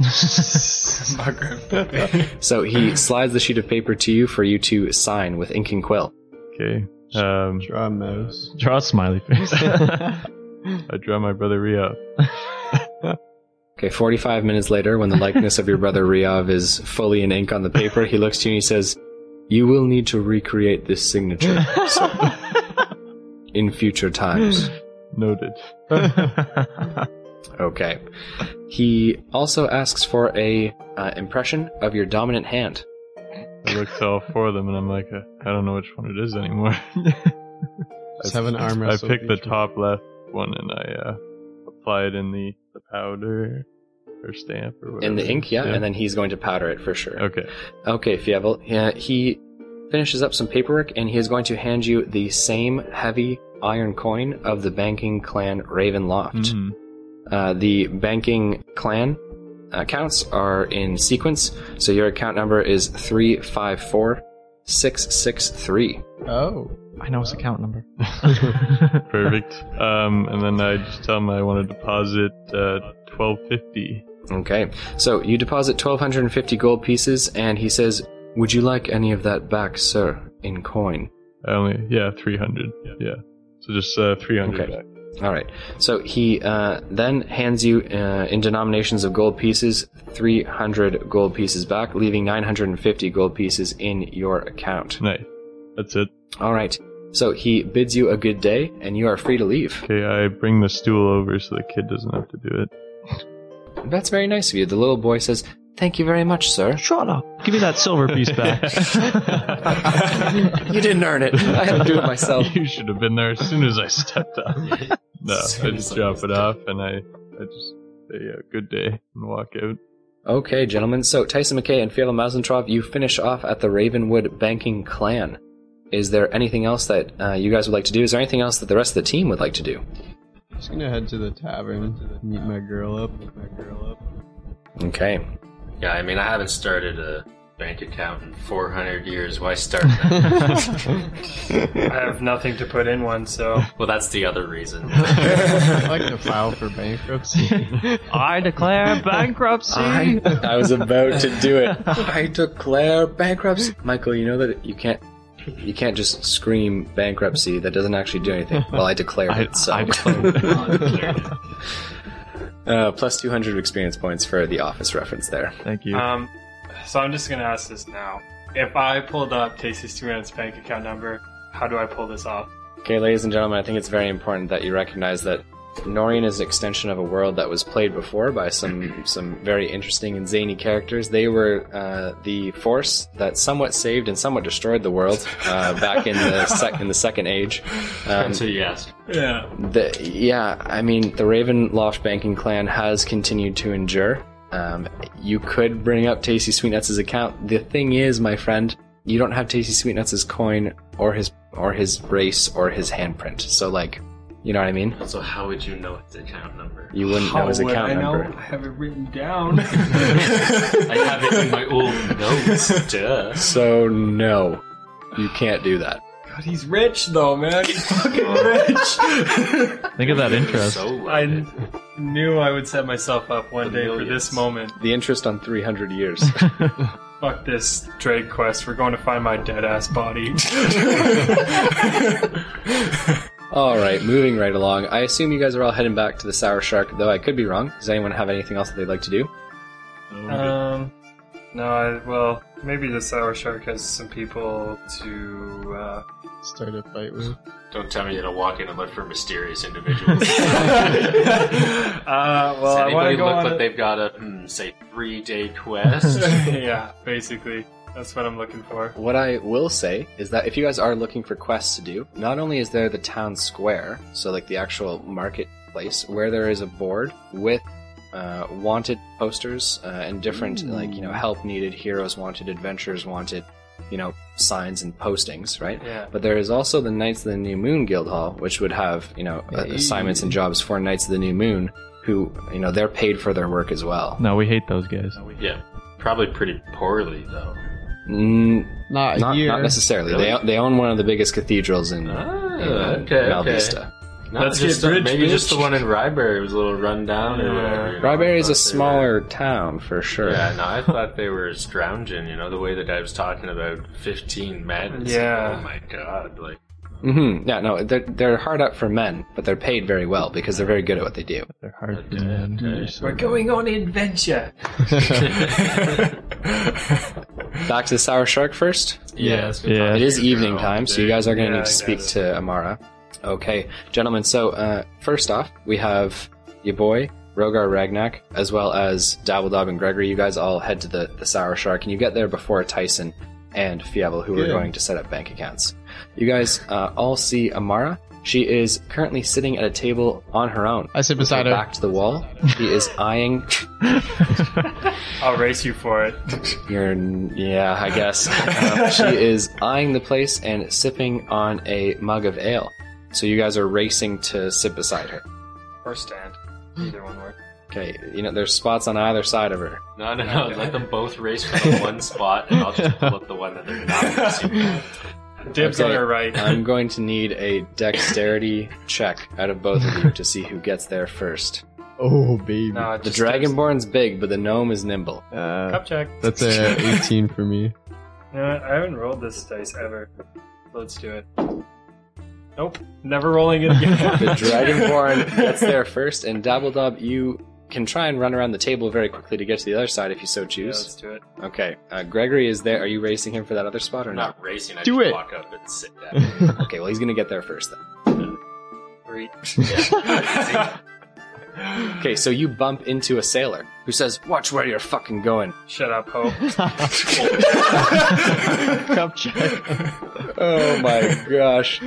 [SPEAKER 2] [LAUGHS] So he slides the sheet of paper to you for you to sign with ink and quill.
[SPEAKER 6] Okay. Um,
[SPEAKER 7] Draw a mouse.
[SPEAKER 1] [LAUGHS] Draw a smiley
[SPEAKER 2] [LAUGHS]
[SPEAKER 1] face.
[SPEAKER 6] I draw my brother Ria.
[SPEAKER 2] Okay, 45 minutes later, when the likeness of your brother Riav is fully in ink on the paper, he looks to you and he says, You
[SPEAKER 1] [LAUGHS]
[SPEAKER 2] will need to recreate this signature so- in future times.
[SPEAKER 6] Noted.
[SPEAKER 2] Okay. He also asks for a uh, impression of your dominant hand.
[SPEAKER 6] I looked to all four of them and I'm like, uh, I don't know which one it is anymore.
[SPEAKER 7] [LAUGHS] Just have an arm
[SPEAKER 6] I
[SPEAKER 7] wrestle.
[SPEAKER 6] picked the
[SPEAKER 7] feature.
[SPEAKER 6] top left one and I uh, applied in the, the powder or stamp or whatever.
[SPEAKER 2] in the ink, yeah,
[SPEAKER 6] Yeah.
[SPEAKER 2] and then he's going to powder it for sure. [LAUGHS]
[SPEAKER 6] Okay.
[SPEAKER 2] Okay, Fievel. Yeah, he finishes up some paperwork and he is going to hand you the same heavy iron coin of the banking clan Ravenloft.
[SPEAKER 6] Mhm.
[SPEAKER 2] Uh, the banking clan accounts are in sequence, so your account number is three five four six six three.
[SPEAKER 7] Oh.
[SPEAKER 1] I know his account number.
[SPEAKER 6] Perfect. Um, and then I just tell him I want to deposit uh, 1250.
[SPEAKER 2] Okay, so you deposit 1,250 gold pieces, and he says, Would you like any of that back, sir, in coin?
[SPEAKER 6] I only, yeah, 300. Yeah. So just uh, 300
[SPEAKER 2] Okay.
[SPEAKER 6] back.
[SPEAKER 2] All right. So he uh, then hands you, uh, in denominations of gold pieces, 300 gold pieces back, leaving 950 gold pieces in your account.
[SPEAKER 6] Nice. That's it.
[SPEAKER 2] All right. So he bids you a good day, and you are free to leave.
[SPEAKER 6] Okay, I bring the stool over so the kid doesn't have to do it.
[SPEAKER 2] That's very nice of you. The little boy says, Thank you very
[SPEAKER 1] [LAUGHS]
[SPEAKER 2] much,
[SPEAKER 1] [LAUGHS]
[SPEAKER 2] sir.
[SPEAKER 1] Shut up. Give me that silver piece [LAUGHS] back.
[SPEAKER 7] [LAUGHS]
[SPEAKER 2] you didn't earn it. I had to do it myself.
[SPEAKER 6] [LAUGHS] you should have been there as soon as I stepped up.
[SPEAKER 2] [LAUGHS]
[SPEAKER 6] No,
[SPEAKER 2] As soon
[SPEAKER 6] I
[SPEAKER 2] as
[SPEAKER 6] just
[SPEAKER 2] I
[SPEAKER 6] drop it
[SPEAKER 2] stepped
[SPEAKER 6] off and I, I just say uh, good day and walk out.
[SPEAKER 2] Okay, gentlemen. So Tyson McKay and Fiala Mazentrov, you finish off at the Ravenwood Banking Clan. Is there anything else that uh, you guys would like to do? Is there anything else that the rest of the team would like to do?
[SPEAKER 7] Just gonna head to the tavern, meet my girl up. [LAUGHS]
[SPEAKER 2] Okay.
[SPEAKER 5] Yeah, I mean, I haven't started a bank account in 400 years. Why
[SPEAKER 2] [LAUGHS]
[SPEAKER 5] start now?
[SPEAKER 4] I have nothing to put in one, so
[SPEAKER 5] well, that's the other
[SPEAKER 2] [LAUGHS]
[SPEAKER 5] reason. [LAUGHS]
[SPEAKER 7] I like to file for [LAUGHS] bankruptcy.
[SPEAKER 1] I declare bankruptcy.
[SPEAKER 2] I, I was about to do it. I declare bankruptcy. Michael, you know that you can't you can't just scream bankruptcy. That doesn't actually do anything. Well, I declared
[SPEAKER 1] I-
[SPEAKER 2] it. So
[SPEAKER 1] I declared
[SPEAKER 2] [LAUGHS] uh, plus two hundred experience points for the office reference there.
[SPEAKER 1] Thank you.
[SPEAKER 2] Uh,
[SPEAKER 4] um, so I'm just gonna ask this now. If I pulled up Tasty's two minutes bank account number, how do I pull this off?
[SPEAKER 2] Okay, ladies and gentlemen, I think it's very important that you recognize that Norian is an extension of a world that was played before by some some very interesting and zany characters. They were uh, the force that somewhat saved and somewhat destroyed the world uh, back in the sec- in the Second Age. Um,
[SPEAKER 5] [LAUGHS] so you ask.
[SPEAKER 4] Yeah.
[SPEAKER 2] the, yeah, I mean, the Ravenloft banking clan has continued to endure. Um, you could bring up Tasty Sweetnuts' account. The thing is, my friend, you don't have Tasty Sweetnuts' coin or his or his race or his handprint. So, like, you know what I mean?
[SPEAKER 5] So how would you know his
[SPEAKER 2] [LAUGHS]
[SPEAKER 5] account number?
[SPEAKER 2] You wouldn't know his account number.
[SPEAKER 4] Oh, I have it written down. [LAUGHS]
[SPEAKER 5] I have it in my old
[SPEAKER 2] [LAUGHS]
[SPEAKER 5] notes. Duh.
[SPEAKER 2] So no, you can't do that.
[SPEAKER 4] God, he's rich though, man. He's fucking rich.
[SPEAKER 1] Think of that interest.
[SPEAKER 5] So
[SPEAKER 4] I
[SPEAKER 5] loaded.
[SPEAKER 4] kn- knew I would set myself up one day for this
[SPEAKER 5] millions.
[SPEAKER 4] moment.
[SPEAKER 2] The interest on three hundred years.
[SPEAKER 4] Fuck this Drake quest. We're going to find my dead ass [LAUGHS] body.
[SPEAKER 2] all right, moving right along. I assume you guys are all heading back to the Sour Shark, though I could be wrong. Does anyone have anything else that they'd like to do?
[SPEAKER 4] um, no, I, well, maybe the sour shark has some people to. Uh, [LAUGHS]
[SPEAKER 7] Start a fight with.
[SPEAKER 5] Don't tell me you're gonna walk in and look for
[SPEAKER 4] [LAUGHS]
[SPEAKER 5] mysterious individuals. Does
[SPEAKER 4] uh, well, I want to
[SPEAKER 5] anybody
[SPEAKER 4] go
[SPEAKER 5] look
[SPEAKER 4] on.
[SPEAKER 5] like
[SPEAKER 4] a-
[SPEAKER 5] they've got a hmm, say three day [LAUGHS]
[SPEAKER 2] [LAUGHS]
[SPEAKER 5] quest?
[SPEAKER 4] yeah, basically, that's what I'm looking for.
[SPEAKER 2] What I will say is that if you guys are looking for quests to do, not only is there the town square, so like the actual marketplace, where there is a board with uh, wanted posters uh, and different, like, you know, help needed, heroes wanted, adventures wanted, you know, signs and postings, right?
[SPEAKER 4] Yeah.
[SPEAKER 2] But there is also the Knights of the New Moon Guild Hall, which would have, you know, uh, assignments and jobs for Knights of the New Moon, who, you know, they're paid for their work as well.
[SPEAKER 1] no, we hate those guys.
[SPEAKER 5] yeah, probably pretty poorly though.
[SPEAKER 2] Mm,
[SPEAKER 7] Not,
[SPEAKER 2] not,
[SPEAKER 7] a year.
[SPEAKER 2] not necessarily. They, o- they own one of the biggest cathedrals in,
[SPEAKER 5] Ah,
[SPEAKER 2] in, uh,
[SPEAKER 5] okay,
[SPEAKER 2] Val
[SPEAKER 5] okay.
[SPEAKER 2] Vista.
[SPEAKER 5] Not
[SPEAKER 4] Let's
[SPEAKER 5] just
[SPEAKER 4] get
[SPEAKER 5] the-
[SPEAKER 4] rich,
[SPEAKER 5] maybe
[SPEAKER 4] bitch.
[SPEAKER 5] just the one in Ryberry was a little rundown or whatever. you know,
[SPEAKER 2] Ryberry is
[SPEAKER 5] I
[SPEAKER 2] a
[SPEAKER 5] thought they
[SPEAKER 2] smaller town for
[SPEAKER 5] were-
[SPEAKER 2] sure.
[SPEAKER 5] Yeah, no, I thought they were scrounging. You know the way the guy was talking about fifteen men. It's
[SPEAKER 4] Yeah.
[SPEAKER 5] Like, oh my god! Like
[SPEAKER 2] hmm Yeah, no, they're, they're hard up for men, but they're paid very well because they're very good at what they do.
[SPEAKER 1] They're hard to man. They're so-
[SPEAKER 4] We're going on adventure.
[SPEAKER 7] [LAUGHS]
[SPEAKER 2] Back to the Sour Shark first.
[SPEAKER 5] yeah, it's been
[SPEAKER 1] Yeah.
[SPEAKER 2] It
[SPEAKER 5] talking
[SPEAKER 2] is
[SPEAKER 5] to your
[SPEAKER 2] evening
[SPEAKER 5] girl.
[SPEAKER 2] time, so you guys are going to
[SPEAKER 4] Yeah,
[SPEAKER 2] need to
[SPEAKER 4] I
[SPEAKER 2] speak
[SPEAKER 4] got it.
[SPEAKER 2] to Amara. Okay, gentlemen. So uh, first off, we have your boy Rogar Ragnak, as well as Dabbledob and Gregory. You guys all head to the, the Sour Shark, and you get there before Tyson and Fievel, who are
[SPEAKER 7] Good.
[SPEAKER 2] going to set up bank accounts. You guys uh, all see Amara. She is currently sitting at a table on her own.
[SPEAKER 7] I sit
[SPEAKER 2] with
[SPEAKER 7] beside her.
[SPEAKER 2] back to the wall. She is eyeing
[SPEAKER 4] I'll race you for it.
[SPEAKER 2] You're, yeah, I guess. Uh, she is eyeing the place and sipping on a mug of ale. So you guys are racing to sit beside her.
[SPEAKER 4] Or stand. Either one works.
[SPEAKER 2] Okay, you know, there's spots on either side of her.
[SPEAKER 5] No, no, no. Let them both race for the one spot, and I'll just pull up the one that
[SPEAKER 4] [LAUGHS]
[SPEAKER 5] they're not racing.
[SPEAKER 4] Dibs
[SPEAKER 2] Okay. Uh,
[SPEAKER 4] on her right.
[SPEAKER 2] I'm going to need a dexterity check out of both of you to see who gets there first.
[SPEAKER 7] Oh baby.
[SPEAKER 4] No,
[SPEAKER 2] The
[SPEAKER 4] just dibs.
[SPEAKER 2] dragonborn's big, but the gnome is nimble.
[SPEAKER 7] Uh,
[SPEAKER 4] Cup check.
[SPEAKER 7] that's a 18 for [LAUGHS] me.
[SPEAKER 4] You know what? I haven't rolled this dice ever. Let's do it. Nope. Never rolling it again.
[SPEAKER 2] The
[SPEAKER 4] [LAUGHS]
[SPEAKER 2] dragonborn gets there first, and Dabbledob, you can try and run around the table very quickly to get to the other side if you so
[SPEAKER 4] Yeah,
[SPEAKER 2] choose.
[SPEAKER 4] let's do it.
[SPEAKER 2] Okay, uh, Gregory is there. Are you racing him for that other spot or
[SPEAKER 5] I'm
[SPEAKER 2] not?
[SPEAKER 5] not racing. I
[SPEAKER 7] Do
[SPEAKER 5] just
[SPEAKER 7] it.
[SPEAKER 5] walk up and sit down.
[SPEAKER 2] Okay, well he's gonna get there first then.
[SPEAKER 4] Three.
[SPEAKER 2] Okay, so you bump into a sailor who says, "Watch where you're fucking going."
[SPEAKER 4] Shut up, Hope.
[SPEAKER 7] Cup check.
[SPEAKER 2] Oh my gosh!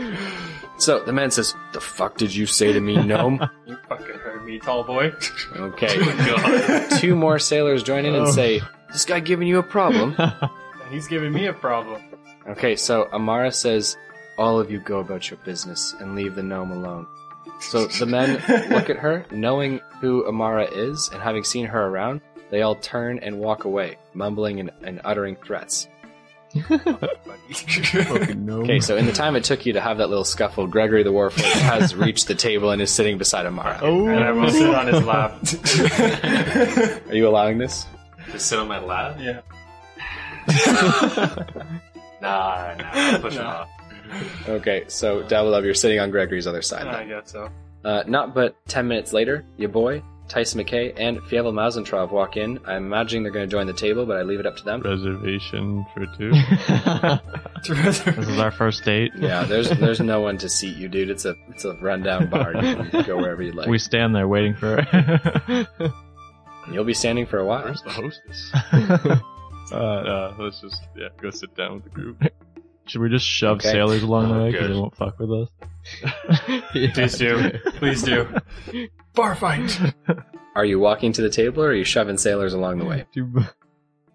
[SPEAKER 2] So the man says, "The fuck did you say to me, gnome?"
[SPEAKER 4] You fucking heard me, tall boy.
[SPEAKER 2] Okay, two more sailors join in and say, "This guy giving you a problem?"
[SPEAKER 4] And he's giving me a problem.
[SPEAKER 2] Okay, so Amara says, All of you go about your business and leave the gnome alone. So the men look at her, knowing who Amara is and having seen her around, they all turn and walk away, mumbling and, and uttering threats.
[SPEAKER 7] Fucking no.
[SPEAKER 2] Okay, so in the time it took you to have that little scuffle, Gregory the Warforged
[SPEAKER 1] [LAUGHS]
[SPEAKER 2] has reached the table and is sitting beside Amara.
[SPEAKER 4] And I
[SPEAKER 7] Oh,
[SPEAKER 4] will sit on his lap.
[SPEAKER 2] Are you allowing this?
[SPEAKER 5] Just sit on my lap.
[SPEAKER 4] Yeah.
[SPEAKER 5] [LAUGHS] Nah, nah. Push him off.
[SPEAKER 2] Okay, so Dabbledob, you're sitting on Gregory's other side. now.
[SPEAKER 4] I guess so.
[SPEAKER 2] Uh, not but 10 minutes later, your boy, Tyson McKay, and Fievel Mazentrov walk in. I'm imagining they're going to join the table, but I leave it up to them. [LAUGHS]
[SPEAKER 6] [LAUGHS] Reservation for two.
[SPEAKER 1] [LAUGHS] This is our first date. [LAUGHS]
[SPEAKER 2] Yeah, there's there's no one to seat you, dude. It's a it's a rundown bar. You can go wherever you like.
[SPEAKER 1] We stand there waiting for her.
[SPEAKER 2] You'll be standing for a while.
[SPEAKER 6] Where's the
[SPEAKER 1] [LAUGHS]
[SPEAKER 6] hostess? uh, uh, let's just yeah, go sit down with the group.
[SPEAKER 1] Should we just shove
[SPEAKER 2] Okay.
[SPEAKER 1] sailors along the
[SPEAKER 5] Oh,
[SPEAKER 1] way because
[SPEAKER 5] good.
[SPEAKER 1] they won't fuck with
[SPEAKER 2] [LAUGHS]
[SPEAKER 1] us?
[SPEAKER 4] Please do. Please do.
[SPEAKER 1] [LAUGHS]
[SPEAKER 4] Bar fight.
[SPEAKER 2] Are you walking to the table or are you shoving sailors along the way?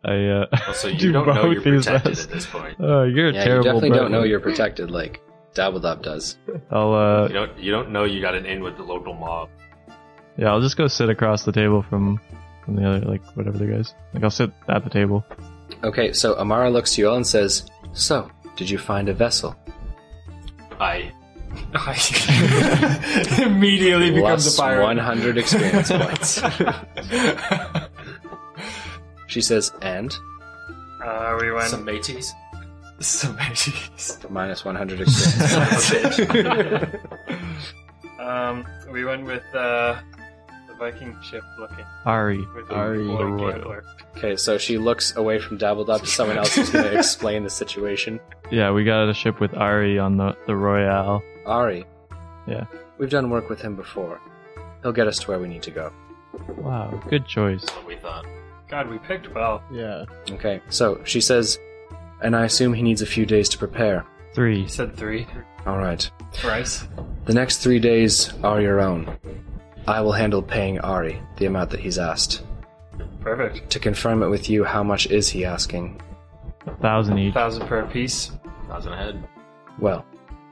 [SPEAKER 1] I uh, [LAUGHS]
[SPEAKER 5] Also, you
[SPEAKER 1] Do
[SPEAKER 5] don't know you're
[SPEAKER 1] both these
[SPEAKER 5] protected
[SPEAKER 1] us.
[SPEAKER 5] at this point.
[SPEAKER 1] oh, you're a
[SPEAKER 2] Yeah, you
[SPEAKER 1] terrible.
[SPEAKER 2] definitely
[SPEAKER 1] bro.
[SPEAKER 2] don't know you're protected like Dabbledob does.
[SPEAKER 1] I'll uh,
[SPEAKER 5] You don't. You don't know you got an in with the local mob.
[SPEAKER 1] yeah, I'll just go sit across the table from from the other like whatever the guys. Like I'll sit at the table.
[SPEAKER 2] Okay, so Amara looks to you all and says, "So, did you find a vessel?"
[SPEAKER 5] I.
[SPEAKER 4] [LAUGHS] Immediately becomes
[SPEAKER 2] Plus
[SPEAKER 4] a Uh, pirate.
[SPEAKER 2] 100 experience
[SPEAKER 4] [LAUGHS]
[SPEAKER 2] points. she says, "And
[SPEAKER 4] Uh, we went
[SPEAKER 5] Some mateys.
[SPEAKER 4] [LAUGHS] some magies.
[SPEAKER 2] minus 100 experience."
[SPEAKER 4] [LAUGHS] um, we went with uh, the Viking ship looking
[SPEAKER 1] Ari,
[SPEAKER 4] with
[SPEAKER 7] Ari.
[SPEAKER 4] the boy
[SPEAKER 6] The royal.
[SPEAKER 4] gambler.
[SPEAKER 2] okay, so she looks away from Dabbledob to someone else who's going to explain the situation.
[SPEAKER 1] yeah, we got a ship with Ari on the the Royale.
[SPEAKER 2] Ari.
[SPEAKER 1] Yeah.
[SPEAKER 2] We've done work with him before. He'll get us to where we need to go.
[SPEAKER 1] Wow, good choice.
[SPEAKER 5] What we thought.
[SPEAKER 4] God, we picked well.
[SPEAKER 7] yeah.
[SPEAKER 2] Okay. So she says, and I assume he needs a few days to prepare.
[SPEAKER 1] [LAUGHS] Three.
[SPEAKER 4] You said three.
[SPEAKER 2] All right.
[SPEAKER 4] Rice.
[SPEAKER 2] The next three days are your own. I will handle paying Ari the amount that he's asked.
[SPEAKER 4] Perfect.
[SPEAKER 2] To confirm it with you, how much is he asking?
[SPEAKER 1] Thousand each.
[SPEAKER 4] Thousand per piece.
[SPEAKER 5] Thousand ahead.
[SPEAKER 2] Well,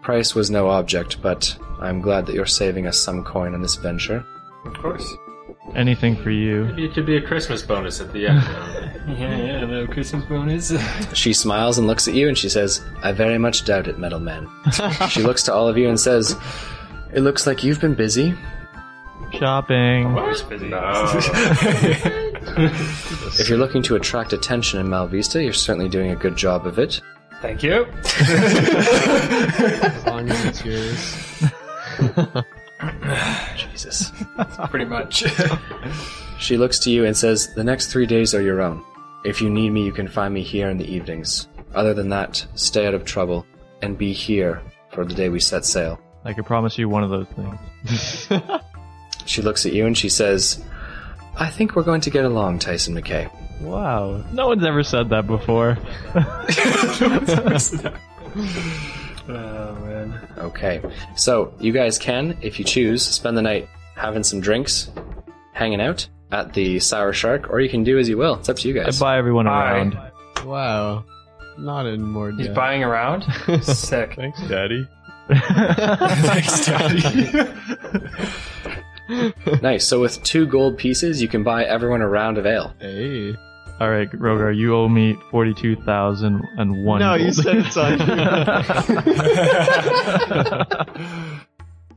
[SPEAKER 2] price was no object, but I'm glad that you're saving us some coin on this venture.
[SPEAKER 4] Of course.
[SPEAKER 1] Anything for you.
[SPEAKER 5] Maybe it could be a Christmas bonus at
[SPEAKER 4] [LAUGHS]
[SPEAKER 5] the end.
[SPEAKER 4] Yeah, yeah, the Christmas bonus. [LAUGHS]
[SPEAKER 2] She smiles and looks at you and she says, I very much doubt it, metal man. she looks to all of you and says, It looks like you've been busy.
[SPEAKER 1] Shopping.
[SPEAKER 4] busy.
[SPEAKER 2] If you're looking to attract attention in Malvista, you're certainly doing a good job of it.
[SPEAKER 4] Thank you.
[SPEAKER 7] As long as it's yours.
[SPEAKER 2] Jesus.
[SPEAKER 4] Pretty much.
[SPEAKER 2] She looks to you and says, The next three days are your own. If you need me, you can find me here in the evenings. Other than that, stay out of trouble and be here for the day we set sail.
[SPEAKER 1] I can promise you one of those things.
[SPEAKER 2] [LAUGHS] She looks at you and she says, I think we're going to get along, Tyson
[SPEAKER 1] [LAUGHS]
[SPEAKER 2] McKay.
[SPEAKER 1] wow. No one's ever said that before.
[SPEAKER 4] Oh man.
[SPEAKER 2] Okay. So, you guys can, if you choose, spend the night having some drinks, hanging out at the Sour Shark, or you can do as you will. It's up to you
[SPEAKER 1] I
[SPEAKER 2] guys.
[SPEAKER 1] buy everyone
[SPEAKER 4] Bye.
[SPEAKER 1] around.
[SPEAKER 7] Wow. Not anymore.
[SPEAKER 4] He's
[SPEAKER 7] Dad.
[SPEAKER 4] buying [LAUGHS] around? Sick.
[SPEAKER 6] Thanks, Daddy.
[SPEAKER 4] Thanks, Daddy.
[SPEAKER 2] nice. So, with two gold pieces, you can buy everyone a round of ale.
[SPEAKER 7] Hey.
[SPEAKER 1] [LAUGHS] All right, Rogar, you owe me forty-two thousand and one.
[SPEAKER 7] No,
[SPEAKER 1] gold.
[SPEAKER 7] you said it's on
[SPEAKER 1] [LAUGHS]
[SPEAKER 7] [LAUGHS]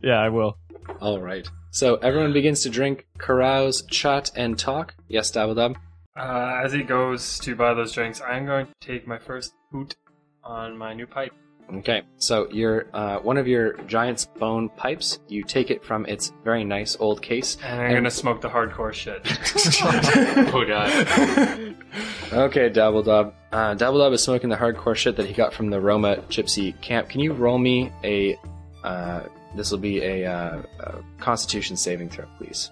[SPEAKER 1] yeah, I will.
[SPEAKER 2] All right. So, everyone begins to drink, carouse, chat, and talk. Yes, Dabble Dab?
[SPEAKER 4] Uh, as he goes to buy those drinks, I'm going to take my first hoot on my new pipe.
[SPEAKER 2] Okay, so your uh, one of your giant's bone pipes, you take it from its very nice old case.
[SPEAKER 4] And I'm gonna smoke the hardcore shit.
[SPEAKER 5] [LAUGHS] Oh god.
[SPEAKER 2] [LAUGHS] Okay, Dabble Dab. Uh, Dabble Dab is smoking the hardcore shit that he got from the Roma Gypsy camp. Can you roll me a? Uh, this will be a, uh, a Constitution saving throw, please.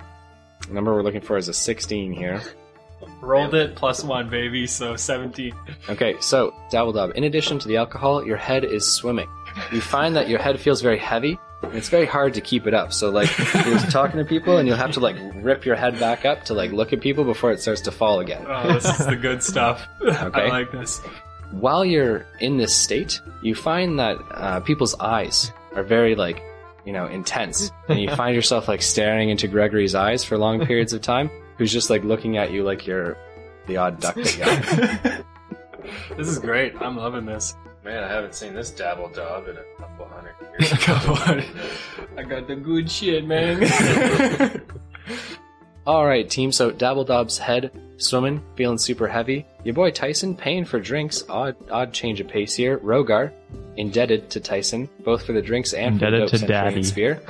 [SPEAKER 2] The number we're looking for is a 16 here.
[SPEAKER 4] [LAUGHS] Rolled it, plus one, baby, so 17.
[SPEAKER 2] Okay, so Dabble Dab. In addition to the alcohol, your head is swimming. You find that your head feels very heavy. And it's very hard to keep it up. So like you're talking to people, and you'll have to like rip your head back up to like look at people before it starts to fall again.
[SPEAKER 4] Oh, this is the good stuff. [LAUGHS]
[SPEAKER 2] Okay.
[SPEAKER 4] I like this.
[SPEAKER 2] while you're in this state, you find that uh, people's eyes are very like, you know, intense, and you find yourself like staring into Gregory's eyes for long periods of time, who's just like looking at you like you're the odd duck that you
[SPEAKER 4] [LAUGHS]
[SPEAKER 2] are.
[SPEAKER 4] This is great. I'm
[SPEAKER 2] [LAUGHS]
[SPEAKER 4] loving this. [LAUGHS]
[SPEAKER 5] Man, I haven't seen this dabble daub in a couple hundred years.
[SPEAKER 4] Come on. I got the good shit, man.
[SPEAKER 2] All right, team. So Dabble Dob's head swimming, feeling super heavy. Your boy Tyson paying for drinks. Odd, odd change of pace here. Rogar indebted to Tyson, both for the drinks and for the
[SPEAKER 1] Indebted
[SPEAKER 2] dope
[SPEAKER 1] to
[SPEAKER 2] sent from
[SPEAKER 1] daddy. [LAUGHS]
[SPEAKER 2] the spear.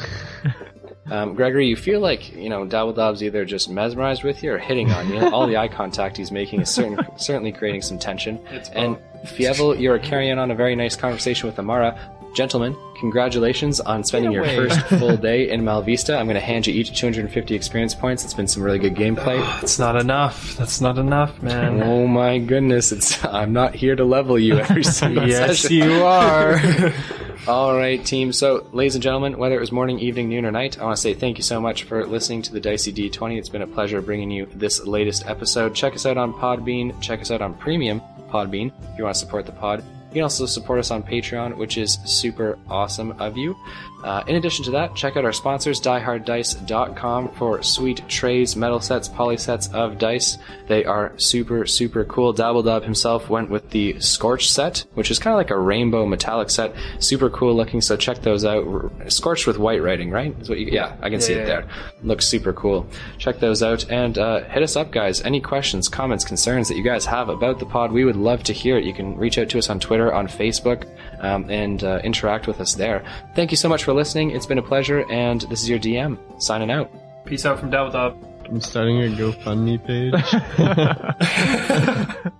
[SPEAKER 2] um, Gregory, you feel like you know Dabble Dob's either just mesmerized with you or hitting on you. All the eye contact he's making is certain, [LAUGHS] certainly creating some tension.
[SPEAKER 4] [LAUGHS] It's
[SPEAKER 2] and Fievel, you're carrying on a very nice conversation with Amara. Gentlemen, congratulations on spending your
[SPEAKER 7] away.
[SPEAKER 2] first full day in Malvista. I'm going to hand you each 250 experience points. It's been some really good
[SPEAKER 4] [SIGHS]
[SPEAKER 2] gameplay.
[SPEAKER 4] That's not enough. That's not enough, man.
[SPEAKER 2] Oh my goodness! It's [LAUGHS] I'm not here to level you
[SPEAKER 4] [LAUGHS]
[SPEAKER 2] every single
[SPEAKER 4] yes,
[SPEAKER 2] session.
[SPEAKER 4] you are.
[SPEAKER 2] [LAUGHS] All right, team. So, ladies and gentlemen, whether it was morning, evening, noon, or night, I want to say thank you so much for listening to the Dicey D20. It's been a pleasure bringing you this latest episode. Check us out on Podbean. Check us out on Premium Podbean if you want to support the pod. You can also support us on Patreon, which is super awesome of you. Uh, in addition to that, check out our sponsors, dieharddice.com, for sweet trays, metal sets, poly sets of dice. They are super, super cool. Dabble Dab himself went with the Scorch set, which is kind of like a rainbow metallic set. Super cool looking, so check those out. R- Scorched with white writing, right? Is what you, yeah, I can see it
[SPEAKER 4] Yeah.
[SPEAKER 2] there. Looks super cool. Check those out and uh, hit us up, guys. Any questions, comments, concerns that you guys have about the pod, we would love to hear it. You can reach out to us on Twitter, on Facebook, um, and uh, interact with us there. Thank you so much for listening. It's been a pleasure, and this is your DM signing out.
[SPEAKER 4] Peace out from Double Dub.
[SPEAKER 1] [LAUGHS]
[SPEAKER 7] I'm starting a GoFundMe page.